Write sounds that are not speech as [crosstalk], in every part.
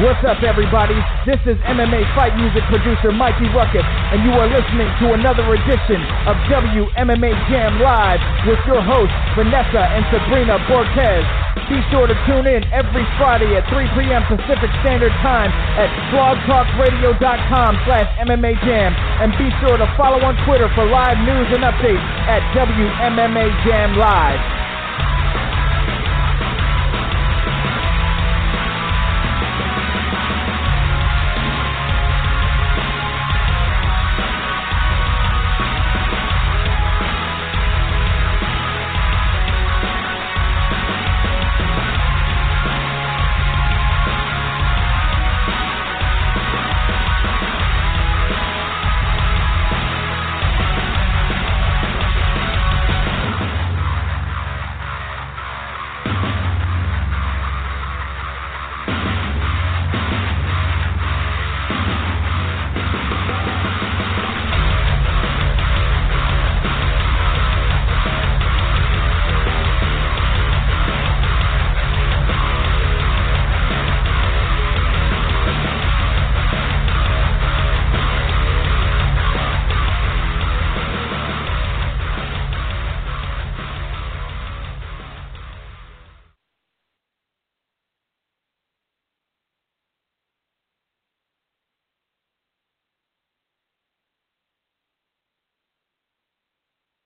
What's up, everybody? This is MMA fight music producer Mikey Ruckus, and you are listening to another edition of WMMA Jam Live with your hosts, Vanessa and Sabrina Borquez. Be sure to tune in every Friday at 3 p.m. Pacific Standard Time at blogtalkradio.com slash MMA Jam, and be sure to follow on Twitter for live news and updates at WMMA Jam Live.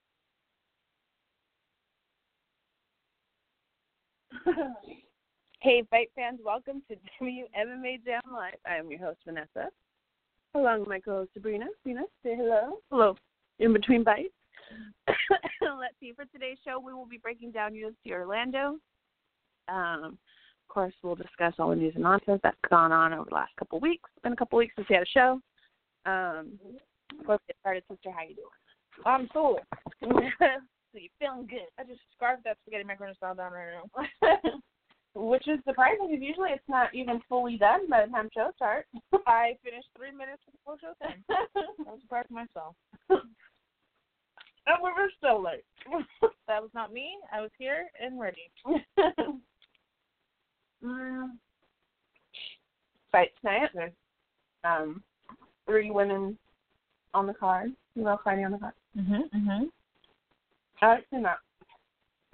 [laughs] hey, fight fans, welcome to [laughs] WMMA Jam Live. I am your host, Vanessa, along with my co host, Sabrina. Sabrina, say hello. Hello. In between bites. [coughs] Let's see, for today's show, we will be breaking down UFC Orlando. Um, of course, we'll discuss all the news and nonsense that's gone on over the last couple weeks. It's been a couple weeks since we had a show. Um, before we get started, sister, how you doing? I'm [laughs] cool. so you feeling good? I just scarfed that spaghetti macaroni style down right now. [laughs] Which is surprising because usually it's not even fully done by the time shows start. [laughs] I finished three minutes before showtime. I was surprised myself. And we were still late. [laughs] that was not me. I was here and ready. [laughs] Mm. Fight tonight. There's um, three women on the card. Female fighting on the card. Mhm. Mhm. I do not.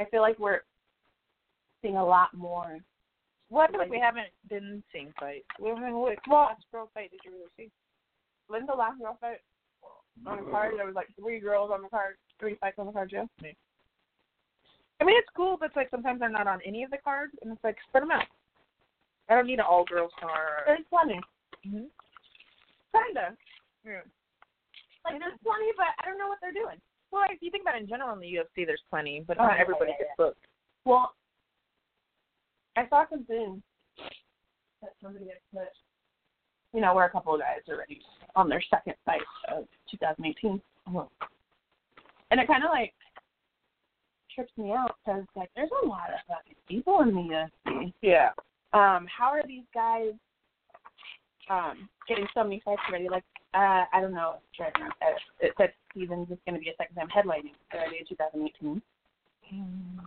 I feel like we're seeing a lot more. Well, I feel like we haven't been seeing fights. Well, I mean, what last girl fight did you really see? When's the last girl fight on the card? There was like three girls on the card, three fights on the card, Joe. I mean, it's cool, but it's like sometimes they're not on any of the cards, and it's like spread them out. I don't need an all girls card. There's plenty. Mhm. Kinda. Yeah. Like there's plenty, but I don't know what they're doing. Well, if you think about it in general in the UFC, there's plenty, but Oh, not yeah, everybody yeah, gets yeah. booked. Well, I saw something that somebody had put, you know, where a couple of guys are already on their second fight of 2018. Uh-huh. And it kind of like trips me out because, like, there's a lot of fucking people in the UFC. Yeah. Um, how are these guys um, getting so many fights already? Like, uh, I don't know. Sure, I'm not- uh, it said Stevens is going to be a second time headlining already in 2018. Hmm.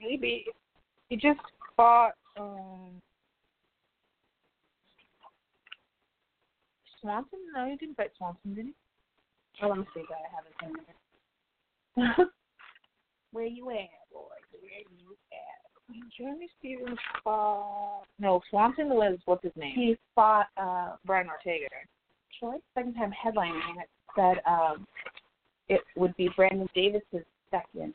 Maybe. He just fought um Swanson? No, he didn't fight Swanson, did he? Oh, let me see that I have it in [laughs] there. Where you at, boy? Where you at? Jeremy Stevens fought No, Swanson was what's his name? He fought uh Brian Ortega. Troy second time headlining and it said um it would be Brandon Davis's second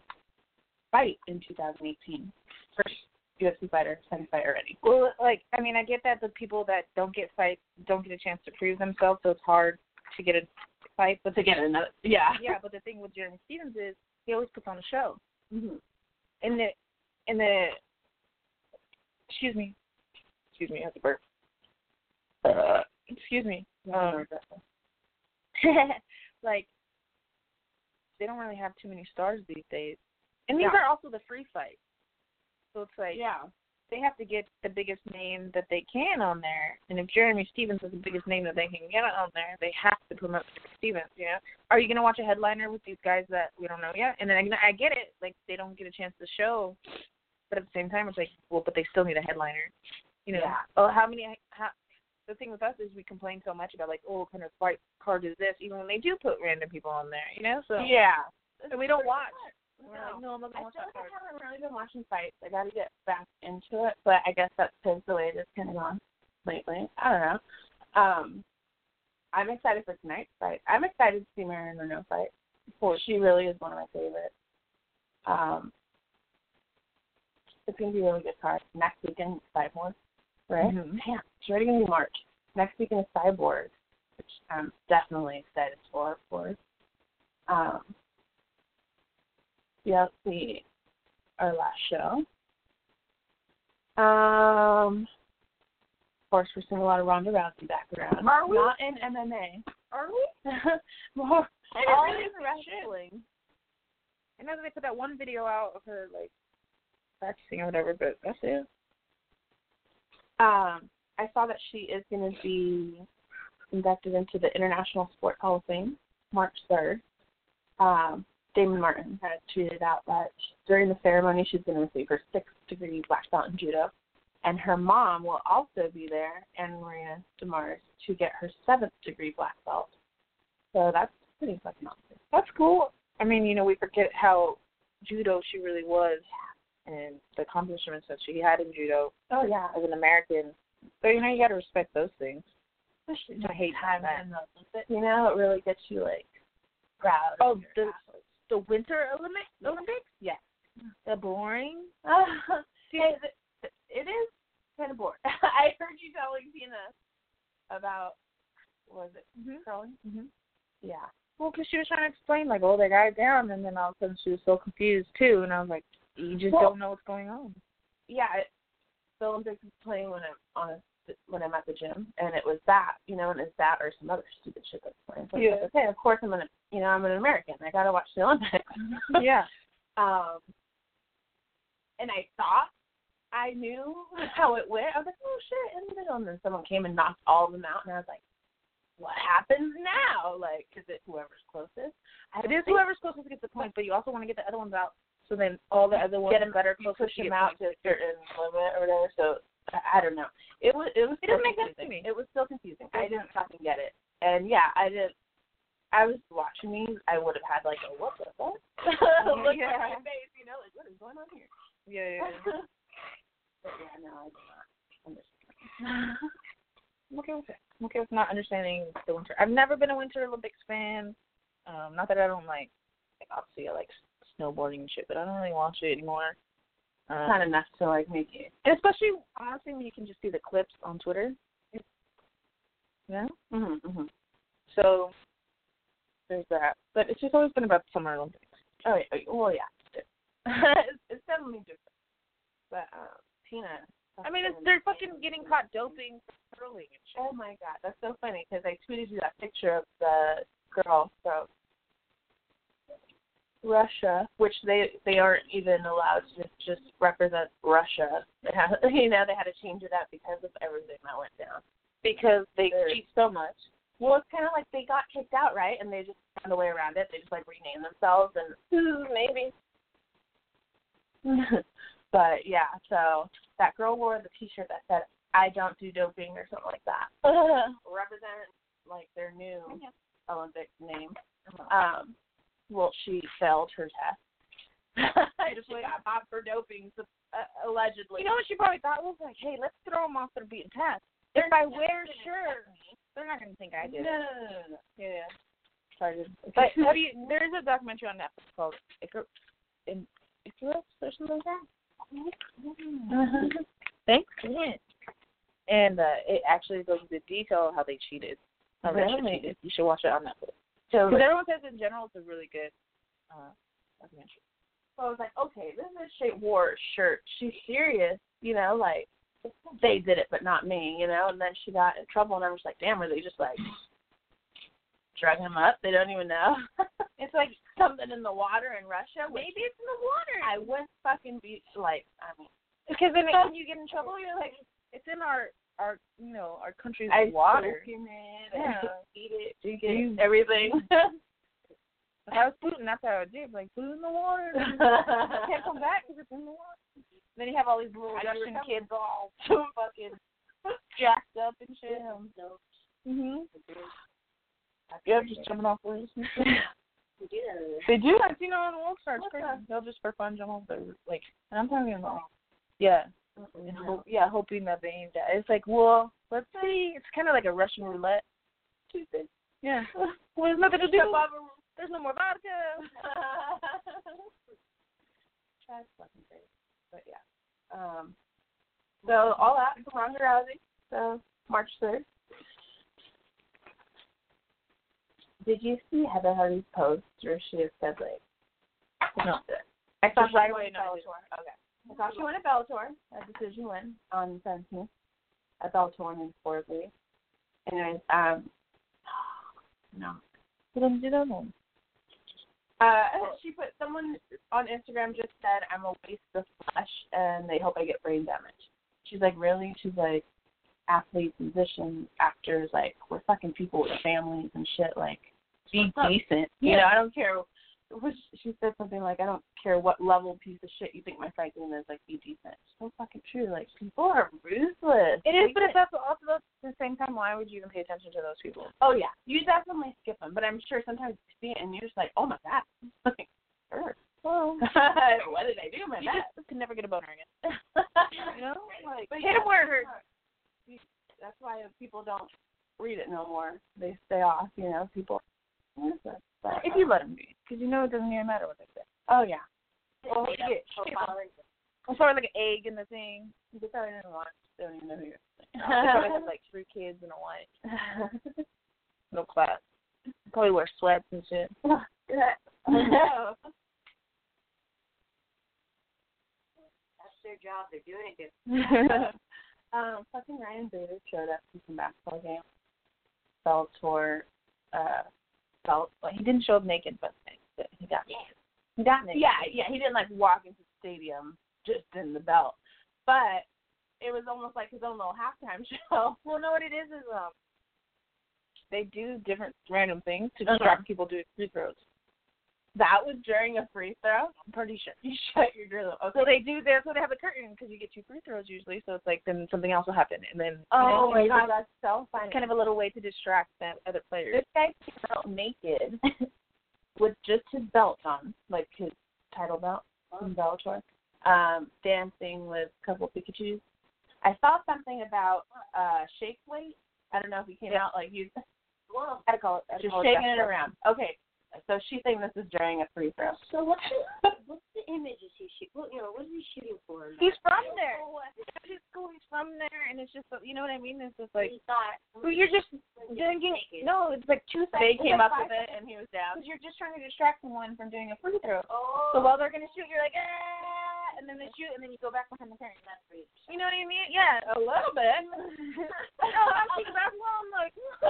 fight in 2018. First UFC fighter, second fight already. Well like I mean I get that the people that don't get fights don't get a chance to prove themselves, so it's hard to get a fight, but But to get another, yeah, yeah, but the thing with Jeremy Stevens is he always puts on a show. hmm in the in the excuse me excuse me I have to burp uh, excuse me um, [laughs] like they don't really have too many stars these days and these Yeah. are also the free fights so it's like yeah. they have to get the biggest name that they can on there and if Jeremy Stevens is the biggest name that they can get on there they have to promote Jeremy Stevens you know are you gonna watch a headliner with these guys that we don't know yet and then I, I get it like they don't get a chance to show but at the same time, it's like, well, but they still need a headliner. You know, oh, how many? How, the thing with us is we complain so much about like, oh, what kind of fight card is this? Even when they do put random people on there, you know. So Yeah. and we don't watch. No. We're like, no, I'm not I gonna watch feel that like I card. haven't really been watching fights. I got to get back into it, but I guess that's because the way this kind of gone lately. I don't know. Um, I'm excited for tonight's fight. I'm excited to see Marion Renault fight. She really is one of my favorites. Um, it's gonna be a really good card next weekend. It's Cyborg, right? Mhm. Damn, it's already gonna be March. Next weekend is Cyborg, which I'm definitely excited for, of course. Um, yeah, let's see our last show. Um, of course, we're seeing a lot of Ronda Rousey back around. Are we? Not in MMA. Are we? [laughs] More, I didn't all realize in wrestling. I know that they put that one video out of her like practicing or whatever, but that's it. Um, I saw that she is going to be inducted into the International Sport Hall of Fame March 3rd. Um, Damon Martin had tweeted out that during the ceremony, she's going to receive her sixth degree black belt in judo, and her mom will also be there, and Marina Demars, to get her seventh degree black belt. So that's pretty fucking awesome. That's cool. I mean, you know, we forget how judo she really was and the accomplishments that she had in judo Oh yeah, as an American. So you know, you gotta respect those things. especially I hate time that. in the Olympics. You know, it really gets you like proud. of Oh, your the- athletes. The Winter Olympic Olympics? Yeah. The boring. Uh, [laughs] hey, th- th- it is kind of boring. [laughs] I heard you telling Tina about was it Mhm. curling? Mhm. Yeah. Well, because she was trying to explain like, oh, they got it down, and then all of a sudden she was so confused too, and I was like, you just Well- don't know what's going on. [laughs] yeah, it, the Olympics is playing when I'm on a, when I'm at the gym, and it was that, you know, and it's that or some other stupid shit that's playing. So yeah. Yeah. like, okay, of course I'm gonna, you know, I'm an American. I gotta watch the Olympics. yeah. [laughs] Um, and I thought I knew [laughs] how it went. I was like, oh shit, in the middle. And then someone came and knocked all of them out, and I was like, what happens now? Like, is it whoever's closest? I It is think whoever's closest gets the point, but you also want to get the other ones out, so then all the other ones Get 'em- that are you closest push to them get out to a certain limit or whatever. So I, I don't know. It was it was. It still doesn't make sense to confusing. me. It was still confusing. I didn't fucking get it. And yeah, I didn't. I was watching these. I would have had like a what the fuck [laughs] look at Yeah. my face, you know, like what is going on here? [laughs] Yeah, yeah, yeah. [laughs] but yeah, no, I do not understand. I'm okay with it. I'm okay with not understanding the winter. I've never been a Winter Olympics fan. Um, not that I don't like, like obviously I like s- snowboarding and shit, but I don't really watch it anymore. It's Um, not enough to like make you. and especially honestly when you can just see the clips on Twitter. Yeah. Mm-hmm, mm-hmm. So there's that. But it's just always been about the Summer Olympics. Oh yeah, oh, well yeah, it's different. [laughs] it's, it's definitely different. But um, Tina. I mean, it's, they're fucking getting caught doping for curling and shit. Oh my god, that's so funny because I tweeted you that picture of the girl from Russia, which they they aren't even allowed to just represent Russia. They have, [laughs] you know, they had to change it up because of everything that went down. because they Sure. cheat so much. Well, it's kind of like they got kicked out, right? And they just found a way around it. They just like renamed themselves and "Ooh, maybe. [laughs] but yeah, so that girl wore the T-shirt that said "I don't do doping" or something [laughs] like that. Represent like their new Olympic name. Um, well, she failed her test. [laughs] she got popped for doping, sup- uh, allegedly. You know what she probably thought was like, hey, let's throw them off their beaten path. If [laughs] I wear a shirt, they're not gonna think I No, did. no, it. no, no, no. Yeah. Sorry. But [laughs] have you? There's a documentary on Netflix called Icar- in Icarus or something like that. Uh-huh. Thanks, man. And uh, it actually goes into detail of how they cheated. How Russia Really? cheated. You should watch it on Netflix. So, Because everyone says in general it's a really good uh, documentary. So I was like, okay, this is she wore a shirt. She's serious, you know, like they did it, but not me, you know. And then she got in trouble, and I was like, damn, were they just like drug him up? They don't even know. [laughs] it's like something in the water in Russia. Which Maybe it's in the water. I wouldn't fucking be like, I mean, Because then when you get in trouble, you're like, it's in our our you know our country's I water. soak in it, Yeah. I [laughs] eat it, drink You- it, everything. [laughs] If I was Putin, that's how I would do. it. Like food in the [laughs] water. I can't come back because it's in the water. Then you have all these little I Russian [laughs] never come- kids all fucking jacked up and shit. Mm-hmm. Mhm. Yeah, just jumping off roofs and shit. [laughs] They do. I've seen it on Wolfstar. It's crazy. They'll just for fun jump off the roof, like, and I'm talking about, yeah, and hope, yeah, hoping that they ain't die. It's like, well, let's see. It's kind of like a Russian roulette. Tuesday. Yeah. Well, there's nothing to do. There's no more vodka. [laughs] That's fucking crazy. But yeah. Um. So all that for Ronda Rousey. So March third. Did you see Heather Hardy's post where she had said like? No. I saw she right away. No, okay. I saw she won at Bellator, a decision win on the 17th at Bellator in Sportley. Anyways, um, no. What did you do that one? Uh, she put someone on Instagram just said, "I'm a waste of flesh, and they hope I get brain damage." She's like, "Really?" She's like, "Athletes, musicians, actors, like we're fucking people with families and shit. Like, be decent. You know, I don't care." Which she said something like, "I don't care what level piece of shit you think my fighting is. Like, be decent." It's so fucking true. Like, people are ruthless. It is, but if that's also at the same time, why would you even pay attention to those people? Oh yeah, you definitely skip them, but I'm sure sometimes you see it and you're just like, "Oh my god!" [laughs] Like, sure. [laughs] what did I do, my you just can never get a boner again. [laughs] you know, like but hit him where it hurts. That's why people don't read it no more. They stay off. You know, people. But if you let them be, because you know it doesn't even matter what they say. Oh yeah. Well, you get I'm sort of like an egg in the thing. You just probably didn't watch. Don't even know who you're. They probably have like three kids and [laughs] a wife. no class. Probably wear sweats and [laughs] shit. [laughs] no. That's their job. They're doing it good. um, fucking Ryan Bader showed up to some basketball game. Fell [laughs] toward, uh, felt well, he didn't show up naked, but he got naked. He got naked. Yeah, yeah. He didn't like walk into the stadium just in the belt, but it was almost like his own little halftime [laughs] show. Well, no, what it is is um, They do different random things to distract people doing free throws. Uh-huh. That was during a free throw. I'm pretty sure. [laughs] You shut your grill. Okay. So they do. That's why they have a curtain because you get two free throws usually. So it's like then something else will happen, and then Oh my and then god, that's so funny. it's kind of a little way to distract the other players. This guy came out naked with just his belt on, like his title belt from Bellator, um, dancing with a couple Pikachu's. I saw something about uh shake weight. I don't know if he came out like he's [laughs] Well, I call it I'd just call it shaking it that. around. Okay, so she's saying this is during a free throw. so what's the, what's the image is he shoot? What you know, what is he shooting for? He's from there. His school, he's from there, and it's just you know what I mean. It's just like he thought. well, you're just drinking. No, it's like two They seconds. came up Five with it and he was down. because you're just trying to distract someone from doing a free throw. Oh, So while they're gonna shoot, you're like ah, and then they shoot, and then you go back behind the curtain. that's great. You know what I mean? Yeah. A little [laughs] bit. [laughs] oh, I'm thinking about well, I'm like, "Ah."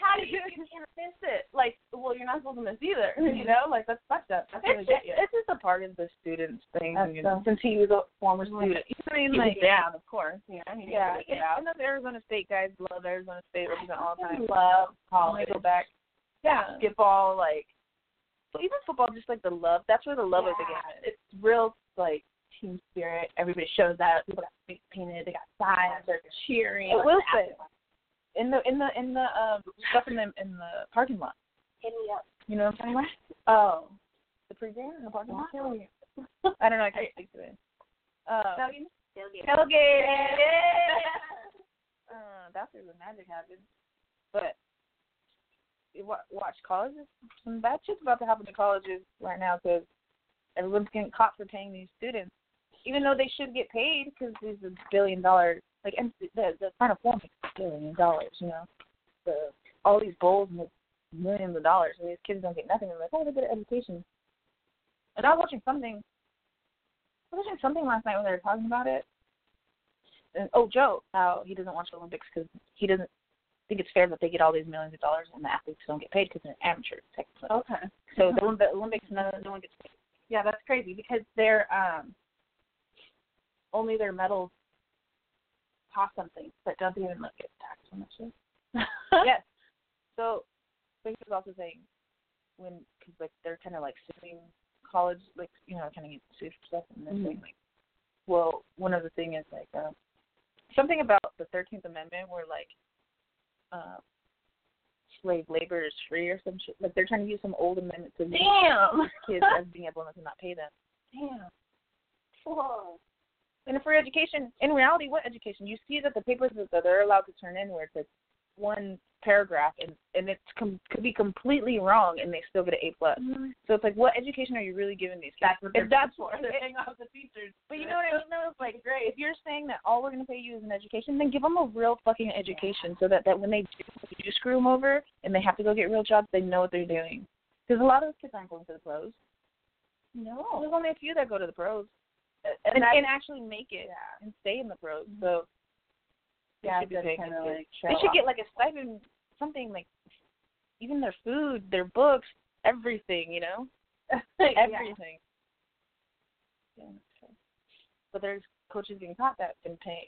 How do you you can't miss it? Like, well, you're not supposed to miss either. You know, like that's fucked up. That's gonna it's get just, you. it's just a part of the students thing. That's you so- know, since he was a former student, you know what I mean? He was Like, down, of course. You know, he yeah. needed to get out. And those Arizona State guys love Arizona State represent all the I time. love When college. they go back. Yeah. Basketball, like, but even football, just like the love. That's where the love of the Yeah. game is. It's real like team spirit. Everybody shows up. People got face painted. They got signs. They're cheering. It will say in the in the in the um stuff in the in the parking lot. Hit me up. You know what I'm talking about? Oh. The pregame in the parking lot. Wow. I don't know. I can't speak to it. Uh, Oh. Tailgate. They'll get tailgate. Uh, that's where the magic happens. But you wa- watch colleges. Some bad shit's about to happen to colleges right now because everyone's getting caught for paying these students, even though they should get paid because these are billion dollar like and the the final form is billion dollars. You know, the all these bowls make millions of dollars, and these kids don't get nothing. They're like, oh, they get an education. And I was watching something. I was watching something last night when they were talking about it. And, oh, Joe, how he doesn't watch the Olympics because he doesn't think it's fair that they get all these millions of dollars and the athletes don't get paid because they're amateurs technically. Okay. So the, Olymp- Olympics, no, no one gets paid. Yeah, that's crazy because they're uh, um only their medals cost something, but don't even look at tax on that [laughs] shit. yes. So, but he was also saying when because like they're kind of like suing college, like Mm-hmm. you know, kind of getting sued for stuff, and they're Mhm. saying like, well, one of the thing is like, um, something about the Thirteenth Amendment where like uh, slave labor is free or some shit. Like they're trying to use some old amendment to make Damn. kids as being able to not pay them. [laughs] Damn. Whoa. And for education, in reality, what education? You see that the papers that they're allowed to turn in, where it's like one paragraph, and and it com- could be completely wrong, and they still get an A plus. So it's like, what education are you really giving these kids? That's what If they're [laughs] that's for. They're paying off the teachers. But you know what I mean, though. It's like, great. If you're saying that all we're going to pay you is an education, then give them a real fucking education, so that that when they do, if you do screw them over and they have to go get real jobs, they know what they're doing. Because a lot of those kids aren't going to the pros. No. There's only a few that go to the pros And, and, Mm-hmm. I, and actually make it and stay in the pros. So they yeah, should be that's paying kind the of kids. like. They should get like a stipend, something like even their food, their books, everything, you [laughs] know, everything. Yeah. But there's coaches being taught that and paying,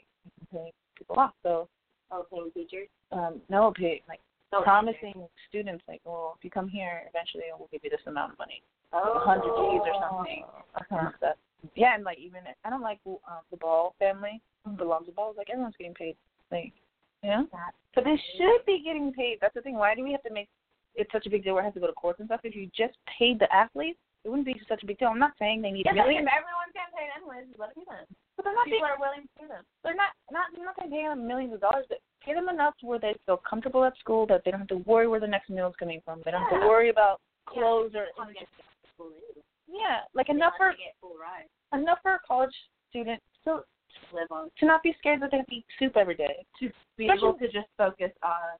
paying people off. So Oh, paying teachers. um, no, pay, like Oh, promising students, like, well, if you come here, eventually we'll give you this amount of money, Oh. a hundred G's or something. Uh-huh. That, yeah, and like even I don't like um, the Ball family, the Lonzo Ball. Like everyone's getting paid, like, yeah. That's But they should be getting paid. That's the thing. Why do we have to make it such a big deal? Where I have to go to courts and stuff. If you just paid the athletes, it wouldn't be such a big deal. I'm not saying they need Yeah, millions, but everyone's getting paid anyways. Let them do them. but they're not People being, are willing to do them. they're not not I'm not going to pay them millions of dollars. But pay them enough to where they feel comfortable at school, that they don't have to worry where their next meal is coming from. They don't have to Yeah. worry about clothes or Come get to school anyway. yeah, like They enough for want to get full rides enough for a college student to to live on. to not be scared that they have to eat soup every day. To be Especially- able to just focus on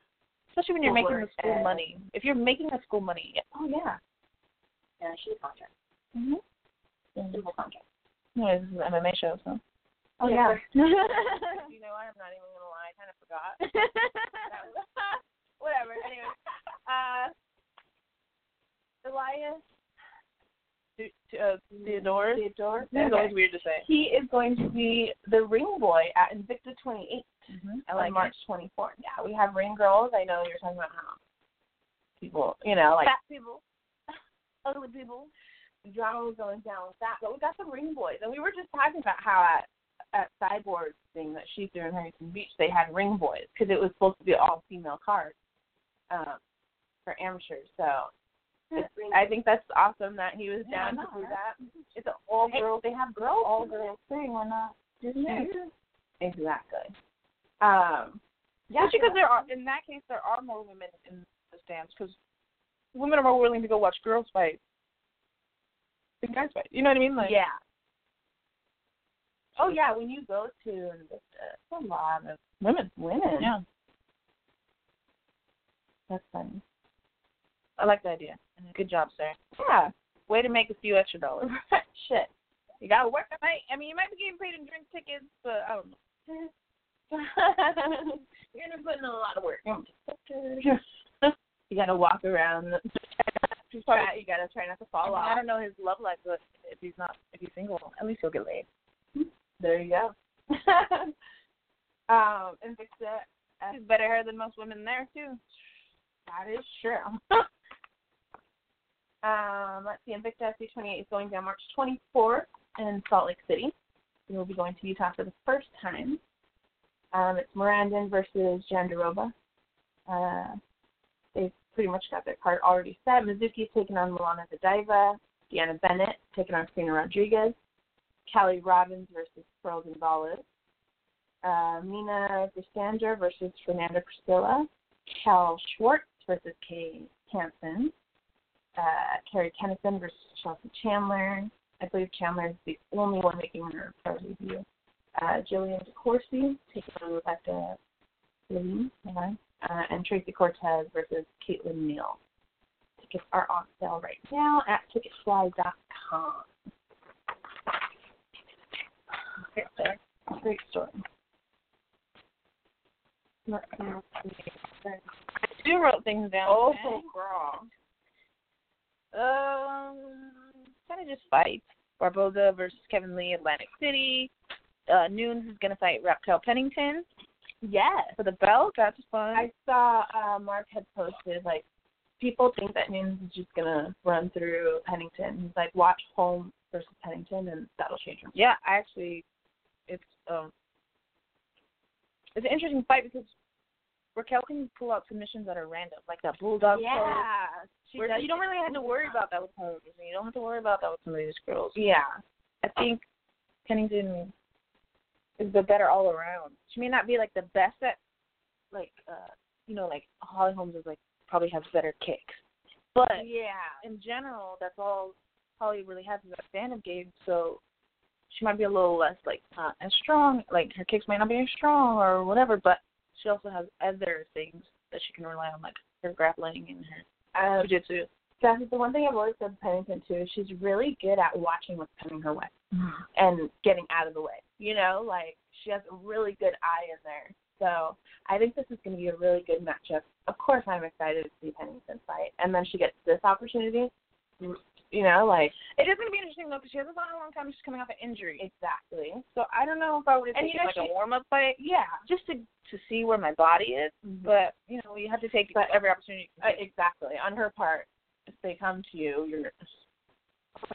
Especially when you're Or making the school as- money. If you're making the school money, yeah. oh yeah. Yeah, she's contract. Mm-hmm. uh, Simple contract. Anyways, this is an MMA show, so. Oh, yeah. you know what? I'm not even gonna lie. I kind of forgot. [laughs] That was- Whatever. Anyway, uh, Elias. Uh, Theodore. Theodore. That's always weird to say. He is going to be the ring boy at Invicta 28 Mm-hmm. I on like March 24th. Yeah, we have ring girls. I know you're talking about how people, you know, like fat people. [laughs] ugly people. Drama was going down with that, but we got some ring boys, and we were just talking about how at at Cyborg's thing that she threw in Huntington Beach, they had ring boys because it was supposed to be all female cards um, for amateurs. So I think that's awesome that he was Hmm. Yeah, down I to know, do right? that. It's an all girls. They have girls. All girls thing. Why not? Yeah. Mm-hmm. Exactly. Um, yeah, Especially because there are, in that case, there are more women in the stands because women are more willing to go watch girls fight than guys fight. You know what I mean? Like, yeah. Oh yeah, when you go to Invicta, it's a lot of women. women. Yeah, That's funny. I like the idea. Good job, sir. Yeah. Way to make a few extra dollars. [laughs] Shit. You gotta work. I might. I mean, you might be getting paid in drink tickets, but I [laughs] don't know. You're gonna put in a lot of work. you gotta walk around. the- [laughs] She's Try, you gotta try not to fall I off. don't know his love life, but if he's not, if he's single, at least he'll get laid. There you [laughs] go. um, and fix that. He's better hair than most women there too. That is true. [laughs] um, let's see, Invicta SC28 is going down March 24th in Salt Lake City. We will be going to Utah for the first time. Um, it's Mirandon versus Jandaroba. Uh, they've pretty much got their card already set. Mizuki's taking on Milana Zadaiva. Deanna Bennett taking on Christina Rodriguez. Callie Robbins versus Pearl Gonzalez. Uh, Mina Bristander versus Fernanda Priscilla. Cal Schwartz versus Kay Hansen, uh, Carrie Kennison versus Chelsea Chandler. I believe Chandler is the only one making her pro debut. Uh, Jillian DeCourcy taking on Rebecca Lee, hang on, uh, and Tracy Cortez versus Caitlin Neal. Tickets are on sale right now at ticketfly.com. Great store. Great store. Let's see what's next. Two wrote things down. Oh, okay? girl. Um, kind of just fights. Barboza versus Kevin Lee, Atlantic City. Uh, Nunes is gonna fight Reptile Pennington Yes. for the belt. Oh, That's fun. I saw uh, Mark had posted, like, people think that Nunes is just going to run through Pennington. He's like, watch Holm versus Pennington, and that'll change him. yeah, I actually, it's um, it's an interesting fight because Raquel can pull out submissions that are random, like that bulldog. choke. Yeah. She Where does. you don't really have to worry about that with Power Rangers, and You don't have to worry about that with some of these girls. Yeah. I think Kennington is the better all around. She may not be like the best at like uh you know, like Holly Holmes is like probably has better kicks. But yeah. in general, that's all Holly really has is that stand-up game. So she might be a little less like not as strong, like her kicks might not be as strong or whatever. But she also has other things that she can rely on, like her grappling and her uh, jiu-jitsu. That's Um, the one thing I've always said to Pennington too. Is she's really good at watching what's coming her way Mm-hmm. and getting out of the way. You know, like she has a really good eye in there. So I think this is going to be a really good matchup. Of course, I'm excited to see Pennington fight, and then she gets this opportunity. You know, like It is going to be interesting though, because she hasn't fought in a long time. She's coming off an injury, exactly. so I don't know if I would have And taken you know, like a she- warm-up fight. Yeah, just to to see where my body is. But you know, you have to take But- every opportunity. you Mm-hmm. Uh, can get. exactly. On her part, if they come to you, you're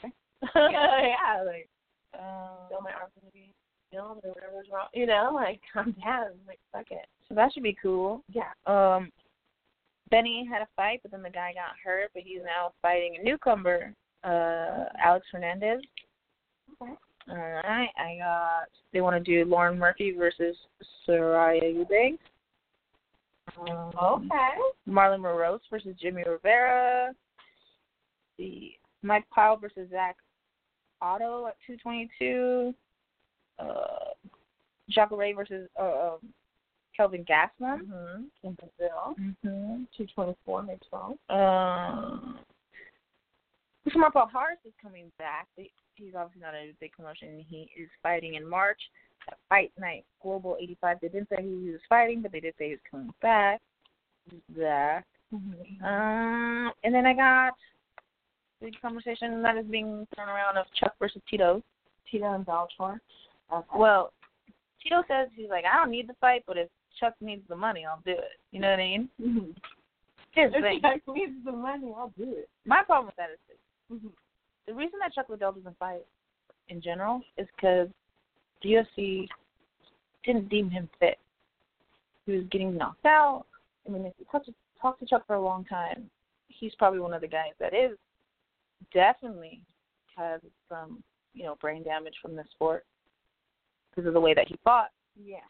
okay. [laughs] yeah, like Um, feel my arm's gonna be killed or whatever's wrong. You know, [laughs] like calm down. Like fuck it. so that should be cool. Yeah. um Benny had a fight, but then the guy got hurt, but he's now fighting a newcomer, uh Alex Hernandez. Okay. All right, I got. They want to do Lauren Murphy versus Soraya Eubanks. Um, Okay. Marlon Morose versus Jimmy Rivera. The Mike Pyle versus Zach Otto at 222. Uh, Jacare versus uh, um, Kelvin Gaslam. Mm-hmm. In Brazil, Mm-hmm. two twenty four, May twelve. Um, Smart Paul Harris is coming back. He- He's obviously not in a big promotion. He is fighting in March at Fight Night Global 85. They didn't say who he was fighting, but they did say he was coming back. Zach. Mm-hmm. Um, and then I got the conversation that is being thrown around of Chuck versus Tito. Tito and Bellator. Okay. Well, Tito says he's like, I don't need the fight, but if Chuck needs the money, I'll do it. You know what I mean? Mhm. His thing. if I need the money, I'll do it. My problem with that is this. Mhm. the reason that Chuck Liddell doesn't fight in general is because the UFC didn't deem him fit. He was getting knocked out. I mean, if you talk to talk to Chuck for a long time, he's probably one of the guys that is definitely has some you know brain damage from the sport because of the way that he fought. Yeah.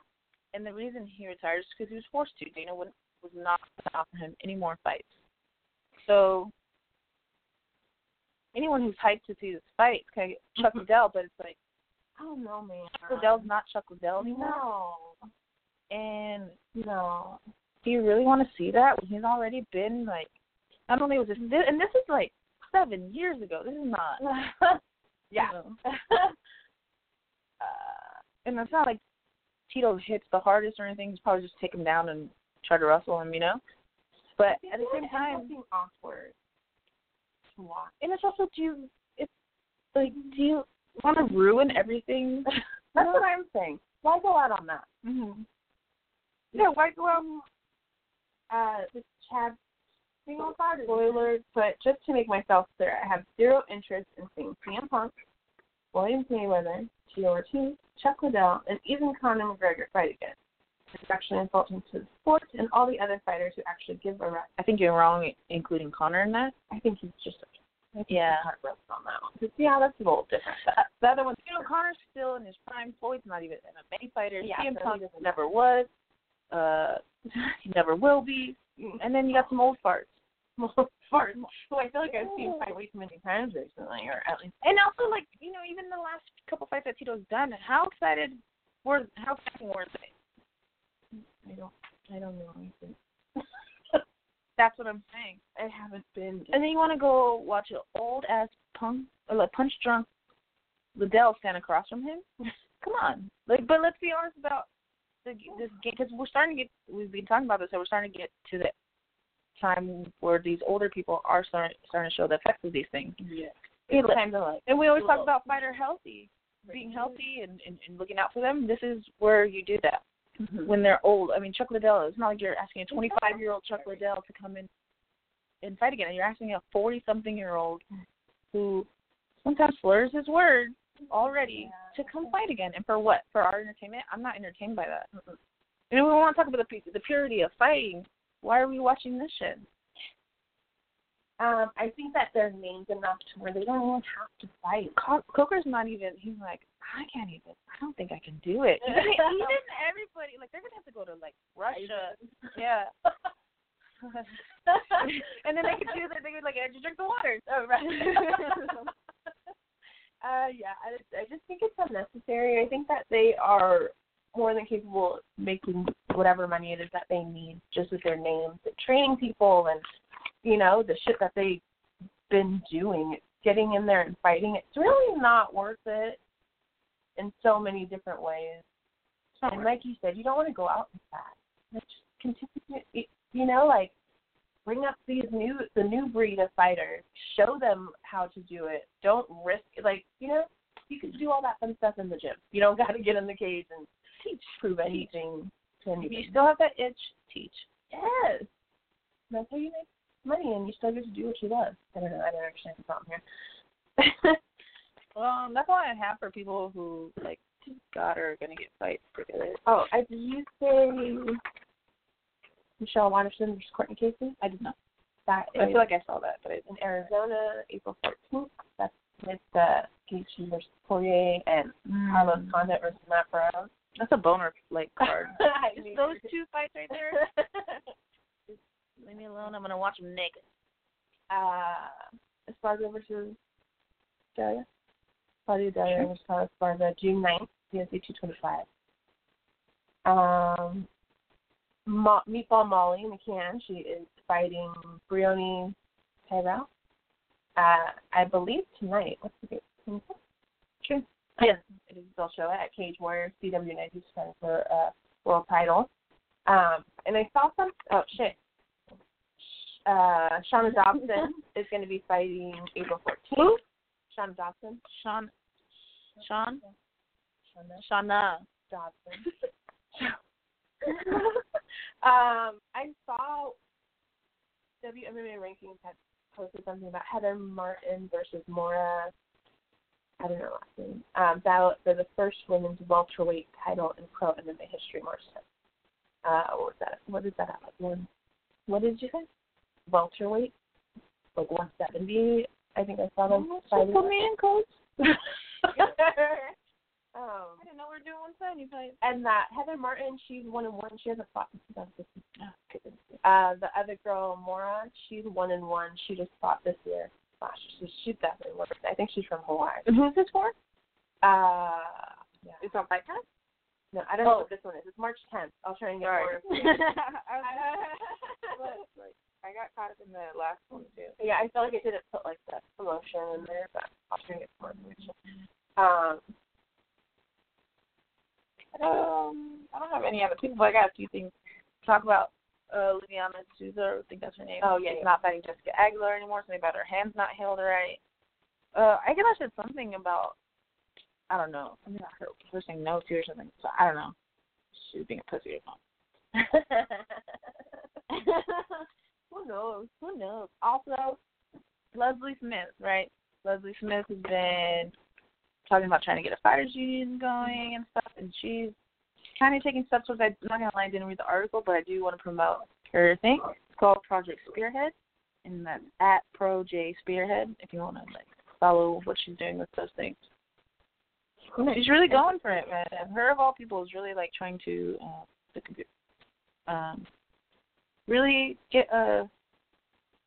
And the reason he retired is because he was forced to. Dana wouldn't, was not going to offer him any more fights. So anyone who's hyped to see this fight, [laughs] okay, Chuck Liddell, but it's like I don't know, man. Chuck Liddell's not Chuck Liddell anymore. No. And No. do you really want to see that when he's already been like, not only was this, thi- and this is like seven years ago. This is not. [laughs] you yeah. know. uh, [laughs] and it's not like Tito hits the hardest or anything. He's probably just take him down and try to wrestle him, you know. But at the same time, being awkward to watch. Mm-hmm. and it's also do you, it's like do you want to ruin everything? [laughs] That's what I'm saying. Why go out on that? mm-hmm. Yeah, why go out? Uh, this Chad thing on fire. Spoilers, but just to make myself clear, I have zero interest in seeing CM Punk, William Mayweather, Tito Ortiz, Chuck Liddell, and even Conor McGregor fight again. It's actually insulting to the sport and all the other fighters who actually give a rest. I think you're wrong, including Connor in that. I think he's just I think Yeah. he's hard rest on that one. 'Cause, yeah, that's a little different. uh, But the other one's You know, Connor's still in his prime. Floyd's not even an MMA fighter. Yeah, CM so Punk he doesn't- never was. Uh, [laughs] he never will be. Mm. And then you got some old farts. [laughs] more far. So I feel like I've seen fight way too many times recently, or at least And also, like you know, even the last couple fights that Tito's done, how excited were how exciting were they? I don't. I don't know. I think That's what I'm saying. I haven't been. And then you want to go watch an old ass punk, or like punch drunk Liddell stand across from [laughs] him. Come on, like, but let's be honest about the, this game because we're starting to get. We've been talking about this, and we're starting to get to the time where these older people are starting starting to show the effects of these things. Yeah. People Time to like. And we always talk about fighter healthy, being healthy and, and, and looking out for them. This is where you do that. Mm-hmm. when they're old. I mean, Chuck Liddell. It's not like you're asking a 25 year old Chuck Liddell to come in and fight again. You're asking a 40 something year old who sometimes slurs his words already to come fight again. And for what? For our entertainment? I'm not entertained by that. You know, we want to talk about the pu- the purity of fighting. Why are we watching this shit? Um, I think that they're named enough to where they don't even have to fight. Co- Coker's not even. He's like, I can't even. I don't think I can do [laughs] it. Even, [laughs] even everybody, like, they're gonna have to go to like Russia. [laughs] Yeah. and then they could do that. They could like just drink the water. Oh, [laughs] right. Uh, yeah, I, just- I just think it's unnecessary. I think that they are more than capable of making whatever money it is that they need just with their names and training people and, you know, the shit that they've been doing. Getting in there and fighting, it's really not worth it in so many different ways. And like you said, you don't want to go out with that. Like, just continue, y- you know, like bring up these new the new breed of fighters. Show them how to do it. Don't risk like you know you can do all that fun stuff in the gym. You don't [laughs] got to get in the cage and teach prove anything to If you anybody. still have that itch, teach. Yes, that's how you make money, and you still get to do what you love. I don't know. I don't understand the problem here. [laughs] Um, that's all I have for people who like got or are gonna get fights together. oh, I did you say Michelle Waterson versus Courtney Casey? I did not. That I is- feel like I saw that, but I in Arizona, April 14th. That's with uh, Gaethje versus Poirier and Carlos Condit versus Matt Brown. Mm. that's a boner like card. [laughs] I Just mean- those two fights right there. [laughs] Leave me alone. I'm gonna watch them naked. uh, Esparza versus Delia. Claudia Delia versus Carlos Esparza, June 9th, UFC 225. Um, Mo- Meatball Molly McCann, she is fighting Brioni Tyrell. Uh, I believe tonight. What's the date? 26th? Sure. Yes, it is still show at Cage Warriors CW Night who's trying for a world title. Um, and I saw some. Oh shit. Uh, Shauna Dobson is going to be fighting April 14th. Shauna Dobson. [laughs] Sean, Sean, Shauna Shauna. Dobson. [laughs] um, I saw WMMA rankings had posted something about Heather Martin versus Mora. I don't know her last name. Um, ballot for the first women's welterweight title in pro MMA history. More so. Uh, what was that? What is that at? Like one? What did you say? Welterweight, like 170. I think I saw them. fighting. [laughs] um, I didn't know we were doing one side. You probably Oh, and that Heather Martin, she's one and one. She hasn't fought since 2015. Uh, the other girl, Mora, she's one and one. She just fought this year. Gosh, she, she's definitely one. I think she's from Hawaii. Who's this for? Uh, yeah. It's on Fight Pass. Oh. No, I don't know what this one is. It's March 10th. I'll try and get [laughs] Sorry. more. Look, like, [laughs] I got caught up in the last one too. [laughs] yeah, I feel like I didn't put like the promotion in there, but I'll try and get more information. Um, Um, I don't have any other people. But I got a few things to talk about. Uh, Liviana Souza, I think that's her name. Oh, yeah, She's yeah. not fighting Jessica Aguilar anymore. Something about her hands not held right. Uh, I guess I said something about I don't know. Something about her pushing no to or something. So I don't know. She was being a pussy or something. Who knows? Who knows? Also, Leslie Smith, right? Leslie Smith has been talking about trying to get a fighters union going and stuff, and she's kind of taking steps towards. I'm not gonna lie, I didn't read the article, but I do want to promote her thing. It's called Project Spearhead, and that's at [laughs] Pro J Spearhead if you want to like follow what she's doing with those things. She's really going for it, man. And her of all people is really like trying to uh, the computer, um, really get a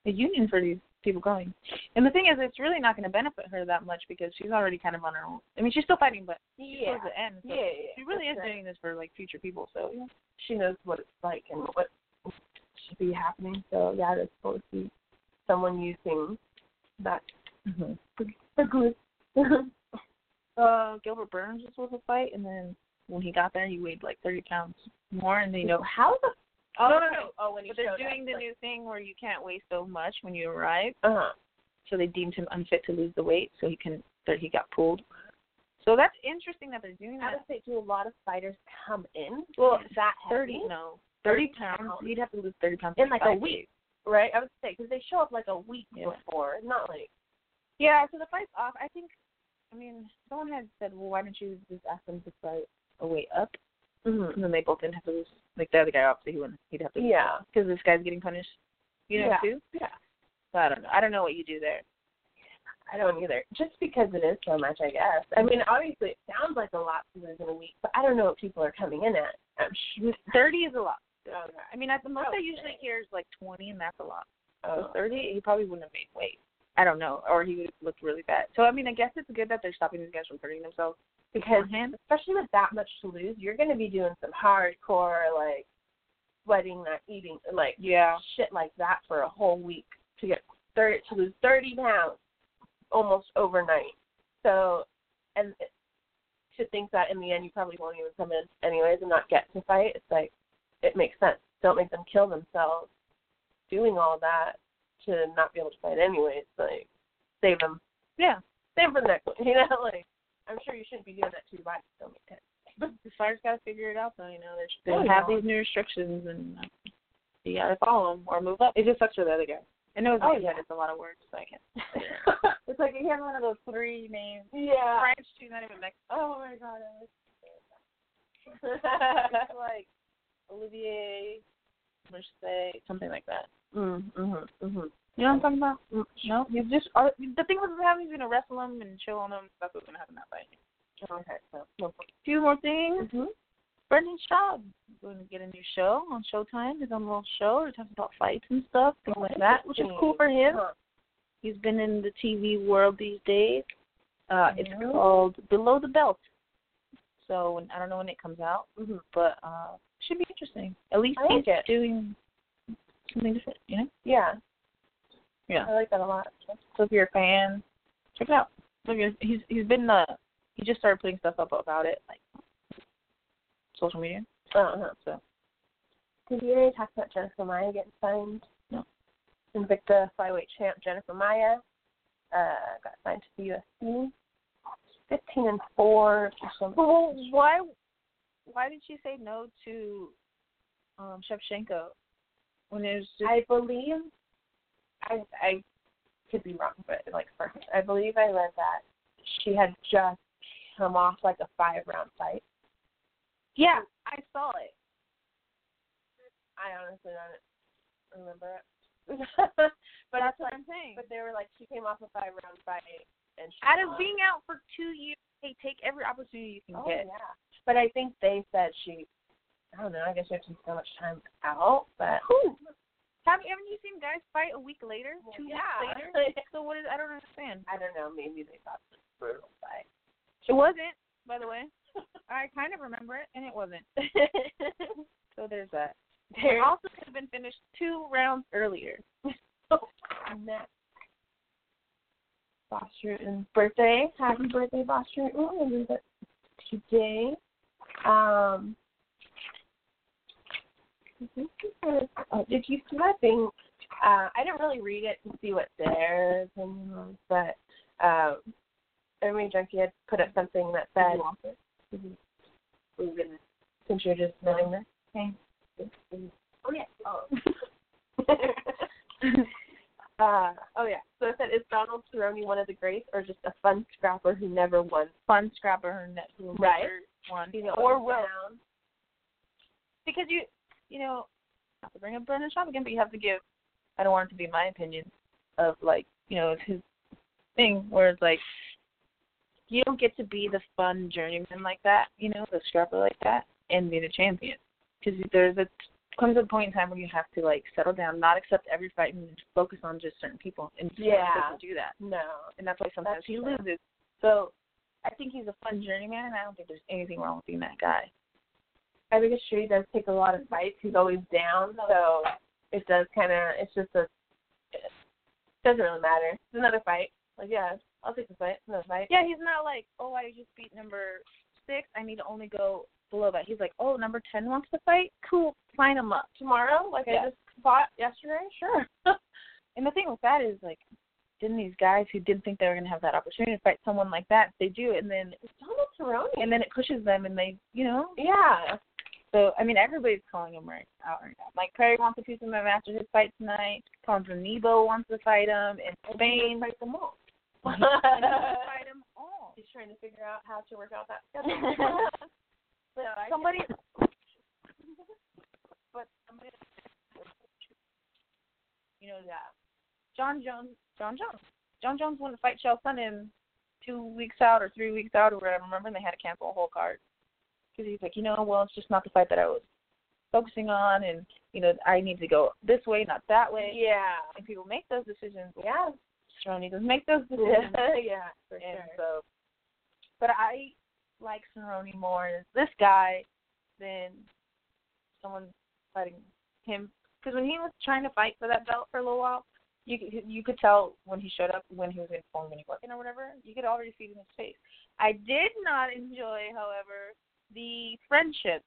a union for these people going. And the thing is, it's really not going to benefit her that much because she's already kind of on her own. I mean, she's still fighting, but she's yeah. towards the end. So Yeah, yeah, she really is that's right. doing this for like future people. So yeah. she knows what it's like and what should be happening. So yeah, that's supposed to be someone using that Mm-hmm. for good. [laughs] Uh, Gilbert Burns was supposed to fight, and then when he got there, he weighed like 30 pounds more, and they [laughs] know how the. oh no, no, no. Oh, when he But they're showed doing up, the like, new thing where you can't weigh so much when you arrive, Uh-huh. so they deemed him unfit to lose the weight, so he can that he got pulled. So that's interesting that they're doing I would that. say, do a lot of fighters come in? Well, that Thirty, heavy? no, thirty pounds. pounds. He'd have to lose thirty pounds In, like, a five week. days. right? I would say because they show up like a week Yeah. before, not like Yeah, so the fight's off. I think, I mean, someone had said, well, why don't you just ask them to fight a way up? Mm-hmm. and then they both didn't have to lose. Like the other guy, obviously, he wouldn't. He'd have to Yeah. because this guy's getting punished. You know yeah. too. Yeah. So I don't know. I don't know what you do there. I don't either. Just because it is so much, I guess. I mean, obviously, it sounds like a lot to lose in a week, but I don't know what people are coming in at. I'm sure. Thirty is a lot. I mean, at the most, I Oh, Okay. usually hear is like twenty, and that's a lot. So Oh, thirty, he probably wouldn't have made weight. I don't know, or he would have looked really bad. So I mean, I guess it's good that they're stopping these guys from hurting themselves because beforehand. especially with that much to lose, you're going to be doing some hardcore like sweating, not eating, like Yeah. shit like that for a whole week to get thirty to lose thirty pounds almost overnight. So, and it- to think that in the end you probably won't even come in anyways and not get to fight, it's like it makes sense. Don't make them kill themselves doing all that to not be able to fight anyways. Like save them, Yeah. save them for the next one. [laughs] You know, like I'm sure you shouldn't be doing that to your body. Don't make it. The fighters gotta figure it out though. You know, they Oh, they have yeah. these new restrictions, and uh, you gotta follow them or move up. It just sucks for the other guy. I know it's Oh, like, yeah. it's a lot of words, so I can't. yeah. [laughs] It's like he has one of those three names. [laughs] French, she's not even Mexican. Oh my god, I was it's like Olivier, Mercedes, something like that. mm, mhm, mhm. You know what I'm talking about? No, he's just all, the thing was happening. He's gonna wrestle him and chill on him. That's what's gonna happen that fight. Okay, so no problem. Few more things. Mhm. Brendan Schaub going to get a new show on Showtime. His own little show. We're talking about fights and stuff, things like that, which is cool for him. Huh. He's been in the TV world these days. Uh, it's Yeah. called Below the Belt. So when, I don't know when it comes out, Mhm. but uh, should be interesting. At least I like he's it. doing something different, you know. Yeah. Yeah. I like that a lot. So if you're a fan, check it out. So if you're- he's he's been uh he just started putting stuff up about it like social media. Uh-huh. So Did you already talk about Jennifer Maya getting signed? No. Invicta flyweight champ Jennifer Maya uh, got signed to the UFC. Fifteen and four. well, why why did she say no to um Shevchenko when it was just I believe I I could be wrong, but like for I believe I read that she had just come off like a five round fight. yeah I saw it I honestly don't remember it. [laughs] but that's what I'm saying But they were like, she came off a five round fight, and she out of won. being out for two years hey take every opportunity you can Oh get yeah. But I think they said she. I don't know. I guess you have to be so much time out, but have haven't you seen guys fight a week later two yeah. [laughs] weeks later so what is I don't understand I don't know. Maybe they thought it was a brutal fight. It wasn't, by [laughs] the way. I kind of remember it, and it wasn't. so there's that. [laughs] It also could have been finished two rounds earlier. And that. Boss Rootin's birthday. Happy birthday, Boss Rootin. I believe it's today. Um, I think it was- oh, did you see that thing? Uh, I didn't really read it to see what their opinion was, but um, Every Junkie had put up something that said, since you're just knowing this. Oh, [laughs] yeah. Oh. Uh, oh yeah. So it said, is Donald Cerrone one of the greats, or just a fun scrapper who never won? Fun scrapper her net who Right. never won. You know, or up will. down. Because you, you know, not to bring up Brendan Schaub again, but you have to give, I don't want it to be my opinion, of like, you know, it's his thing where it's like, you don't get to be the fun journeyman like that, you know, the scrapper like that, and be the champion. Because there's a comes a point in time where you have to like settle down, not accept every fight, and focus on just certain people, and he Yeah. doesn't do that, No. and that's why sometimes That's he fair. loses. So I think he's a fun journeyman, and I don't think there's anything wrong with being that guy. I think it's true. He does take a lot of fights. He's always down, so it does kind of. It's just a. It doesn't really matter. It's another fight. Like yeah, I'll take the fight. Another fight. Yeah, he's not like, oh, I just beat number six. I need to only go below that. He's like, oh, number ten wants to fight. Cool, sign him up. Tomorrow, like Yeah. I just fought yesterday. Sure. [laughs] And the thing with that is like, didn't these guys who didn't think they were gonna have that opportunity to fight someone like that, they do, and then It's Donald Cerrone. and then it pushes them, and they, you know. yeah. [laughs] So I mean, everybody's calling him right out right now. Mike Perry wants a piece of him after his fight tonight. Ponzo Nebo wants to fight him in Spain. Fight [laughs] them all. fight them all. [laughs] He's trying to figure out how to work out that schedule. Somebody you know, that John Jones, John Jones, John Jones wanted to fight Chael Sonnen two weeks out or three weeks out or whatever. Remember, and they had to cancel a whole card because he's like, you know, well, it's just not the fight that I was focusing on, and you know, I need to go this way, not that way. Yeah. And people make those decisions. Yeah. Cerrone doesn't make those decisions. [laughs] Yeah. [laughs] yeah. For And sure. [laughs] so, but I like Cerrone more as this guy than someone fighting him. Because when he was trying to fight for that belt for a little while, you could you could tell when he showed up when he was in form when he wasn't or whatever. You could already see it in his face. I did not enjoy, however, the friendship